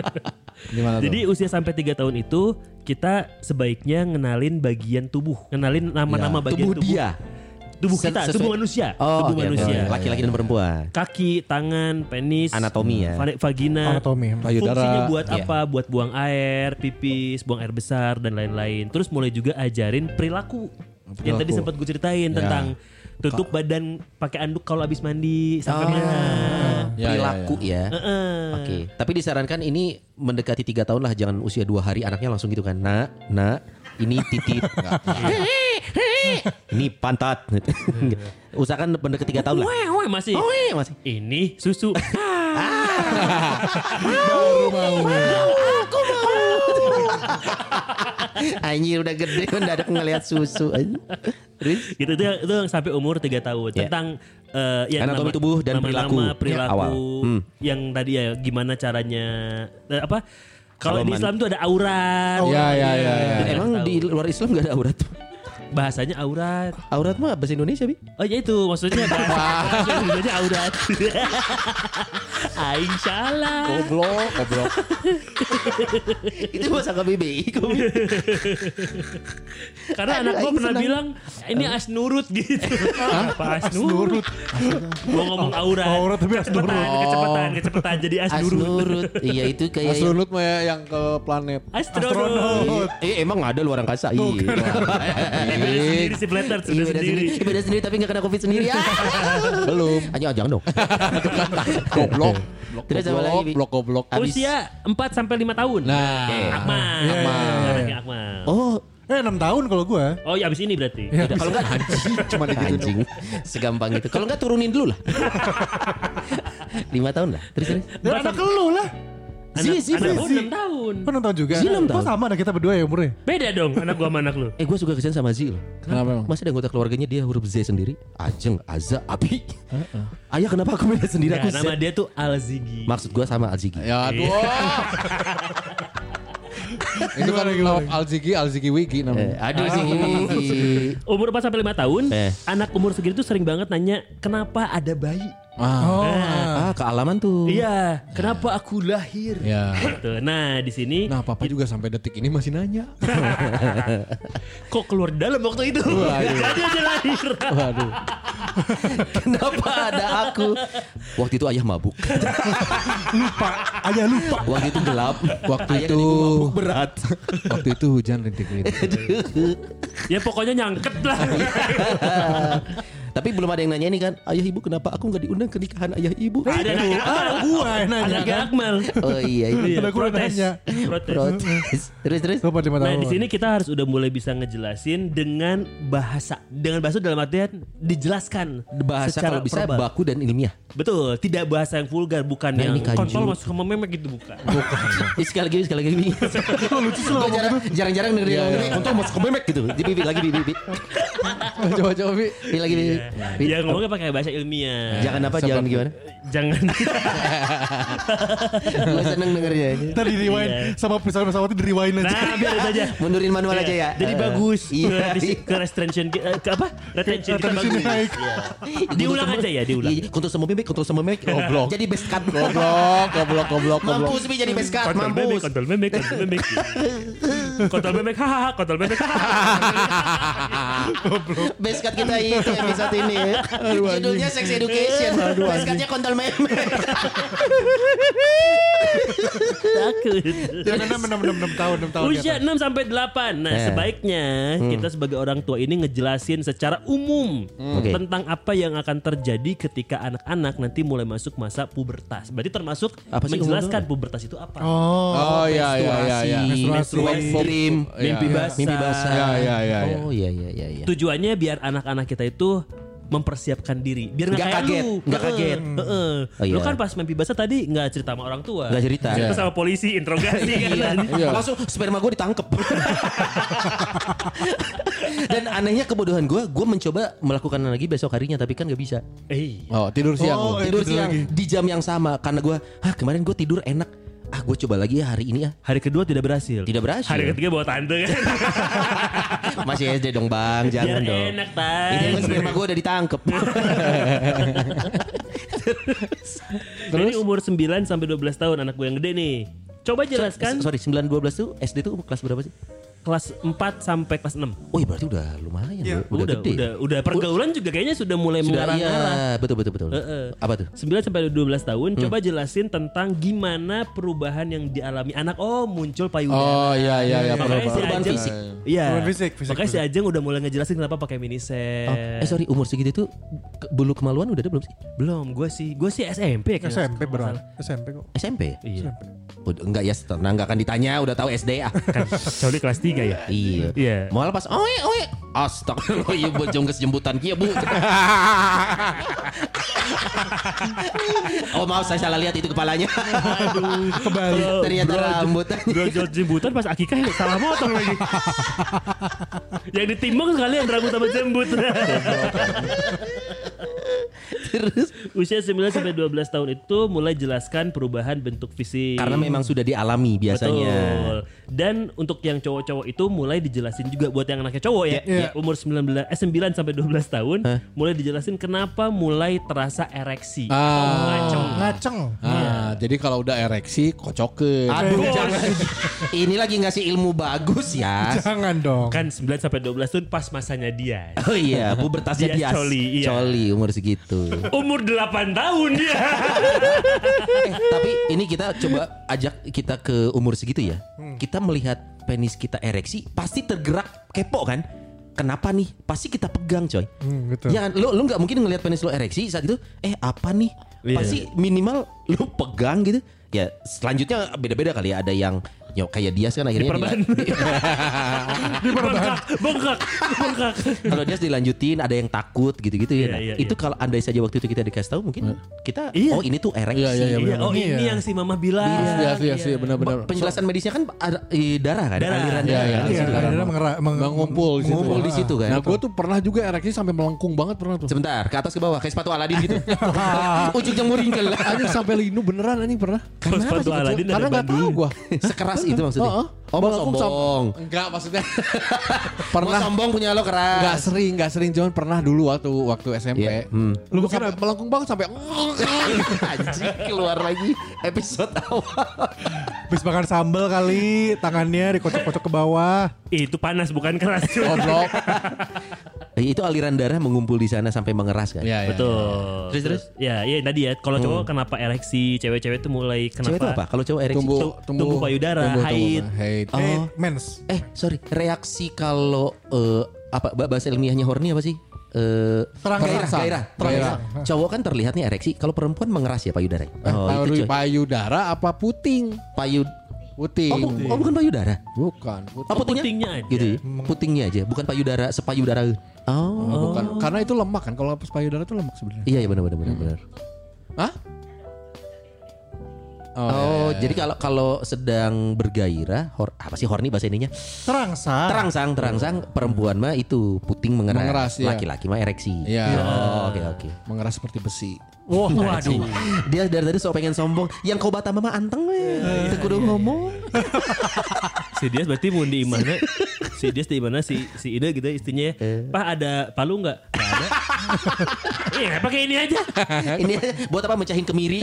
Gimana, Dok?
Jadi usia sampai 3 tahun itu kita sebaiknya ngenalin bagian tubuh, ngenalin nama-nama
Ya.
bagian
Tubuh
tubuh.
dia.
Tubuh
Se-
kita,
sesuai-
tubuh manusia,
Oh,
tubuh
oke, oke,
manusia.
oke. Laki-laki dan perempuan.
Kaki, tangan, penis,
Anatomi ya.
va- vagina,
Anatomi.
Payudara.
fungsinya buat
Iya.
apa? Buat buang air, pipis, buang air besar dan lain-lain. Terus mulai juga ajarin perilaku. Yang
Perilaku.
tadi sempat gue ceritain
Iya.
tentang tutup badan pakai anduk kalau habis mandi
Ah.
sampai mana.
Ya, ya,
Perilaku ya. Oke, tapi disarankan ini mendekati tiga tahun lah, jangan usia dua hari anaknya langsung gitu kan. Nak, nak, ini titik. ini pantat. Iya. Usahakan mendekati tiga tahun lah.
Weh, weh, masih.
Oh, iya, masih.
Ini susu.
Anjir udah gede mendadak ngelihat susu. Terus
gitu itu, itu yang sampai umur 3 tahun
Iya.
tentang eh, eh, ya,
Anatomi tubuh dan perilaku. Ya,
nama-nama, perilaku
Awal. Hmm.
yang tadi ya gimana caranya eh, apa kalau di
Salaman.
Islam itu ada aurat.
Iya, iya, iya, iya.
Kita
Emang
tahu.
di luar Islam gak ada aurat?
bahasanya aurat.
Aurat mah bahasa Indonesia, Bi?
Oh ya itu maksudnya bahasa bahasanya aurat. Aing
Oh,
salah.
Goblok, goblok.
Itu bahasa KBBI, kok, Bi.
Karena
Aduh,
anak gua
Aing
pernah
senang.
bilang ini asnurut gitu. Apa asnurut? Gua ngomong aurat.
aurat tapi asnurut.
Kecepatan, kecepatan, kecepatan jadi asnurut.
Asnurut. Iya, itu kayak...
Astronut mah ya yang ke planet.
Astronot.
Eh, emang ada luar angkasa. Iya.
Iya,
Beda sendiri si Flatter
Iya,
sudah
beda
sendiri.
sendiri. Beda sendiri tapi gak kena covid sendiri. Ah.
Belum.
Hanya jangan dong.
Goblok.
Terus apa lagi, Bi?
Goblok, goblok.
Abis-
Usia 4 sampai 5 tahun.
Nah.
Akmal.
Iya, iya, iya.
Anaknya Akmal.
Oh,
Eh 6 tahun kalau gue.
Oh ya abis ini berarti.
Tidak, kalau enggak anjing, cuma
Ya,
anjing. Segampang itu. Kalau enggak turunin dulu lah. Lima tahun lah. Terus terus.
Dan Ya, anak lu lah.
Anak,
Si, si,
anak
si.
gua 6 tahun.
Oh 6 tahun juga.
Iya, enam
Kok
tahun.
sama ada kita berdua ya umurnya.
Beda dong anak gua sama anak lu.
Eh gue suka kesian sama Zi loh.
Kenapa emang?
Masa ada anggota keluarganya dia huruf Z sendiri? Ajeng, Aza, Abi. Ayah kenapa aku beda
Ya,
sendiri aku
nama
Z?
dia tuh Alzigi.
Maksud gue sama Azigi.
Ya aduh. Itu kan lawak Alzigi, Alzigi Wigi
Eh,
namanya.
aduh Zigi.
Umur 4 sampai 5 tahun,
Eh.
anak umur segitu tuh sering banget nanya, "Kenapa ada bayi?"
Ah.
Ah, kealaman tuh.
Iya, kenapa aku lahir?
Ya.
Gitu. Nah, di sini
Nah, papa juga sampai detik ini masih nanya.
kok keluar dalam waktu itu? Jadi aja lahir.
Waduh.
Kenapa ada aku? Waktu itu ayah mabuk.
Lupa. Ayah lupa.
Waktu itu gelap.
Waktu
Ayah dan
itu-
ibu mabuk berat.
Waktu itu hujan rintik-rintik.
ya pokoknya nyangket lah.
Iya. Tapi belum ada yang nanya ini kan. Ayah ibu kenapa aku nggak diundang ke nikahan ayah ibu?
ada anak
Ah,
Akmal.
Gue yang nanya
Anak
kan.
Akmal.
Oh iya itu.
Iya,
Ada kurang
protes.
nanya.
Protes.
Protes. Terus terus.
Gue 5
Nah
tahun.
di sini kita harus udah mulai bisa ngejelasin dengan bahasa, dengan bahasa dalam artian dijelaskan
Bahasa
secara
kalau bisa
verbal.
baku dan ilmiah.
Betul, tidak bahasa yang vulgar, bukan
Nah,
yang
ini kanji.
kontol masuk sama memek gitu bukan.
Ih, sekali lagi, sekali lagi. Bi. Gua jarang- Jarang-jarang dengerin yang ini. Iya, Untung masuk ke memek gitu. Di bibi lagi bibi.
Coba-coba Bi.
Bi Iya, lagi bibi.
Ya ngomongnya pakai bahasa ilmiah. Eh,
Jangan apa jangan gimana?
Jangan
Gue seneng dengernya.
Ntar di rewind. Sama pesawat pesawat di rewind aja.
Nah, biar saja.
Mundurin manual aja ya.
Jadi
Eh,
bagus
Iya.
ke, resi- ke retention ki- eh, ke apa? Retention kita
Terus ini
bagus.
naik.
Diulang aja ya, diulang.
Iya, kontrol sama memek, kontrol sama memek.
Goblok.
Jadi best cut.
Goblok, goblok, goblok, goblok.
Mampus Bi jadi best cut,
Kontol memek,
mampus.
kontol memek, kontol memek. kontol memek, hahaha, kontol memek. hahaha.
Best cut kita itu episode ini. Judulnya Sex Education. Best cutnya kontol memek.
Takut.
Jangan 6, 6, 6 tahun. 6 tahun. di
Usia
atas.
6 sampai 8.
Eh.
Nah, sebaiknya
Hmm.
kita sebagai orang tua ini ngejelasin secara umum
Hmm. Oke.
tentang apa yang akan terjadi ketika anak-anak nanti mulai masuk masa pubertas. Berarti termasuk
Apa sih
menjelaskan pubertas itu apa.
Oh.
Oh iya iya iya iya. Oh,
Menstruasi.
Menstruasi, Dream.
Mimpi basah.
Mimpi basah.
Ya ya ya ya.
Oh iya iya iya. iya.
Tujuannya biar anak-anak kita itu mempersiapkan diri biar nggak
Nggak
kayak
kaget,
lu
nggak kaget.
Heeh, heeh.
Oh,
lu
iya.
kan pas mimpi basah tadi nggak cerita sama orang tua
Nggak cerita.
cerita sama polisi interogasi kan
Iya.
Iya. Langsung sperma gue ditangkep. Dan anehnya kebodohan gue, gue mencoba melakukan lagi besok harinya tapi kan gak bisa.
eh
Oh tidur siang.
Oh, iya.
lu.
Tidur
tidur
siang
lagi.
di jam yang sama karena gue, ah kemarin gue tidur enak. Ah gue coba lagi ya hari ini ya.
hari kedua tidak berhasil
Tidak berhasil.
hari ketiga bawa tante kan
Masih SD dong bang,
biar
jangan dong.
enak
Ini kan
tan
sperma gue udah ditangkep.
Ini umur 9 sampai 12 tahun anak gue yang gede nih. Coba jelaskan
Sorry, 9-12 tuh SD tuh kelas berapa sih?
kelas 4 sampai kelas 6.
Oh iya berarti udah lumayan. udah,
Udah
udah
udah
gede. ya?
udah, pergaulan juga kayaknya sudah mulai
Sudah iya, Hmm.
mengarah-arah.
betul betul betul.
Heeh.
Apa tuh?
9 sampai 12 tahun coba jelasin tentang gimana perubahan yang dialami anak. Oh, muncul payudara.
Oh iya iya iya.
Makanya si
Perubahan
Ajeng
fisik.
Iya.
Perubahan fisik, fisik,
Makanya si Ajeng udah mulai ngejelasin kenapa pakai miniset.
Oh, eh sorry umur segitu tuh ke- bulu kemaluan udah ada belum sih?
Belum, gue sih, gue sih SMP ya, kayaknya.
SMP bro. SMP kok.
SMP?
Iya.
ya? Udah, enggak ya tenang enggak akan ditanya udah tahu SD ah.
Kan, kecuali kelas 3 ya.
iya.
Iya.
Malah pas oe oe iya." astagfirullah iya buat jongkes jemputan kia bu. oh maaf saya salah lihat itu kepalanya.
Aduh,
Kebalik.
Kalau
Ternyata
bro-
rambutan.
Brojol jembutan pas akikah ya salah motong lagi. Yang ditimbang sekalian rambut sama jembut.
Terus
Usia 9 sampai 12 tahun itu mulai jelaskan perubahan bentuk fisik.
karena memang sudah dialami biasanya.
Betul. Dan untuk yang cowok-cowok itu mulai dijelasin juga buat yang anaknya cowok ya.
Iya.
Umur 19 eh 9 sampai 12 tahun mulai dijelasin kenapa mulai terasa ereksi.
Ah.
Ngaco.
Oh. Ngaceng.
Ah, jadi kalau udah ereksi kocokin.
Aduh, jangan. Ini lagi ngasih ilmu bagus ya.
Jangan dong.
Kan 9 sampai 12 tahun pas masanya dia.
Oh iya, pubertasnya
Dia
dia
coli, iya.
coli umur segitu.
Umur 8 tahun dia.
eh, tapi ini kita coba ajak kita ke umur segitu ya.
Hmm.
Kita melihat penis kita ereksi pasti tergerak kepo kan? Kenapa nih? Pasti kita pegang coy.
Hmm, betul.
Ya kan? Lu lu nggak mungkin ngelihat penis lu ereksi saat itu. Eh apa nih?
Iya.
Pasti minimal lu pegang gitu. Ya selanjutnya beda-beda kali ya. Ada yang yo, kayak dia kan akhirnya
Diperban. Bengkak, bengkak, bengkak.
kalau dia dilanjutin ada yang takut gitu-gitu
Iya,
ya. Nah,
iya,
itu
iya.
kalau andai saja waktu itu kita dikasih tahu mungkin kita
Iya.
oh ini tuh ereksi.
Iya, iya,
Iya,
iya, benar.
oh ini
Iya.
yang si mama bilang.
Iya sih,
Iya.
iya sih, benar-benar.
Penjelasan medisnya kan ada eh, darah kan,
Darah.
aliran
Iya,
darah.
iya,
kan?
iya.
Iya,
Sekarang
dia mengera- meng-
Mengumpul di situ.
Ngumpul di situ kan.
Nah, gue tuh pernah juga ereksi sampai melengkung banget pernah tuh. Ah.
Sebentar, ke atas ke bawah kayak sepatu Aladin gitu. Ujung jamur ringkel.
Anjing sampai linu beneran anjing pernah.
Kalau sepatu Aladin
Karena
dari
nggak tahu
Bandung.
gue.
Sekeras itu maksudnya. Oh, mau
Melengkung sam-
sombong.
Enggak maksudnya.
Mau
pernah
sombong punya lo
Gak
keras.
sering, gak sering cuman pernah dulu waktu waktu SMP.
Iya, hmm.
Lu bukan melengkung banget sampai
Anjing keluar lagi episode awal.
Habis makan sambel kali, tangannya dikocok-kocok ke bawah.
Ih, Itu panas bukan keras.
goblok.
Eh, itu aliran darah mengumpul di sana sampai mengeras kan.
Iya, iya.
Betul.
Terus, terus?
Ya, ya tadi ya. Kalau cowok kenapa ereksi, cewek-cewek tuh mulai kenapa?
Cewek itu apa? Kalau cowok ereksi
Tumbuh,
Tum- tumbuh payudara, haid.
haid.
Oh.
Eh, mens.
Eh, sorry, reaksi kalau eh, apa bah- bahasa ilmiahnya horny apa sih? Eh,
Terangsang.
gairah, gairah, terangsang. Cowok kan terlihatnya ereksi, kalau perempuan mengeras ya
Eh,
payudara. Oh,
Payu-
itu coy.
payudara apa puting?
Payu
Puting.
Oh, bu- oh, bukan payudara.
Bukan, puting.
Oh, putingnya,
putingnya aja.
Gitu ya. Putingnya aja, bukan payudara, sepayudara. Oh.
Oh, bukan. Karena itu lemak kan. Kalau hapus payudara itu lemak sebenarnya.
Iya, iya benar benar benar benar.
Hah?
iya,
Oh, jadi kalau kalau sedang bergairah, hor, apa sih horny bahasa ininya?
Terangsang.
Terangsang, terangsang perempuan mah itu puting mengeras,
Mengeras, iya.
laki-laki mah ereksi.
Iya.
Oh, oke oke.
Mengeras seperti besi.
Wah, waduh.
Dia dari tadi sok pengen sombong. Yang kau bata mama anteng weh.
Iya,
Itu kudu ngomong.
si Dias berarti mau di mana? si Dias di mana si si Ida gitu istrinya? Pak ada palu nggak? Nggak ada. Iya, pakai ini aja.
Ini buat apa mecahin kemiri.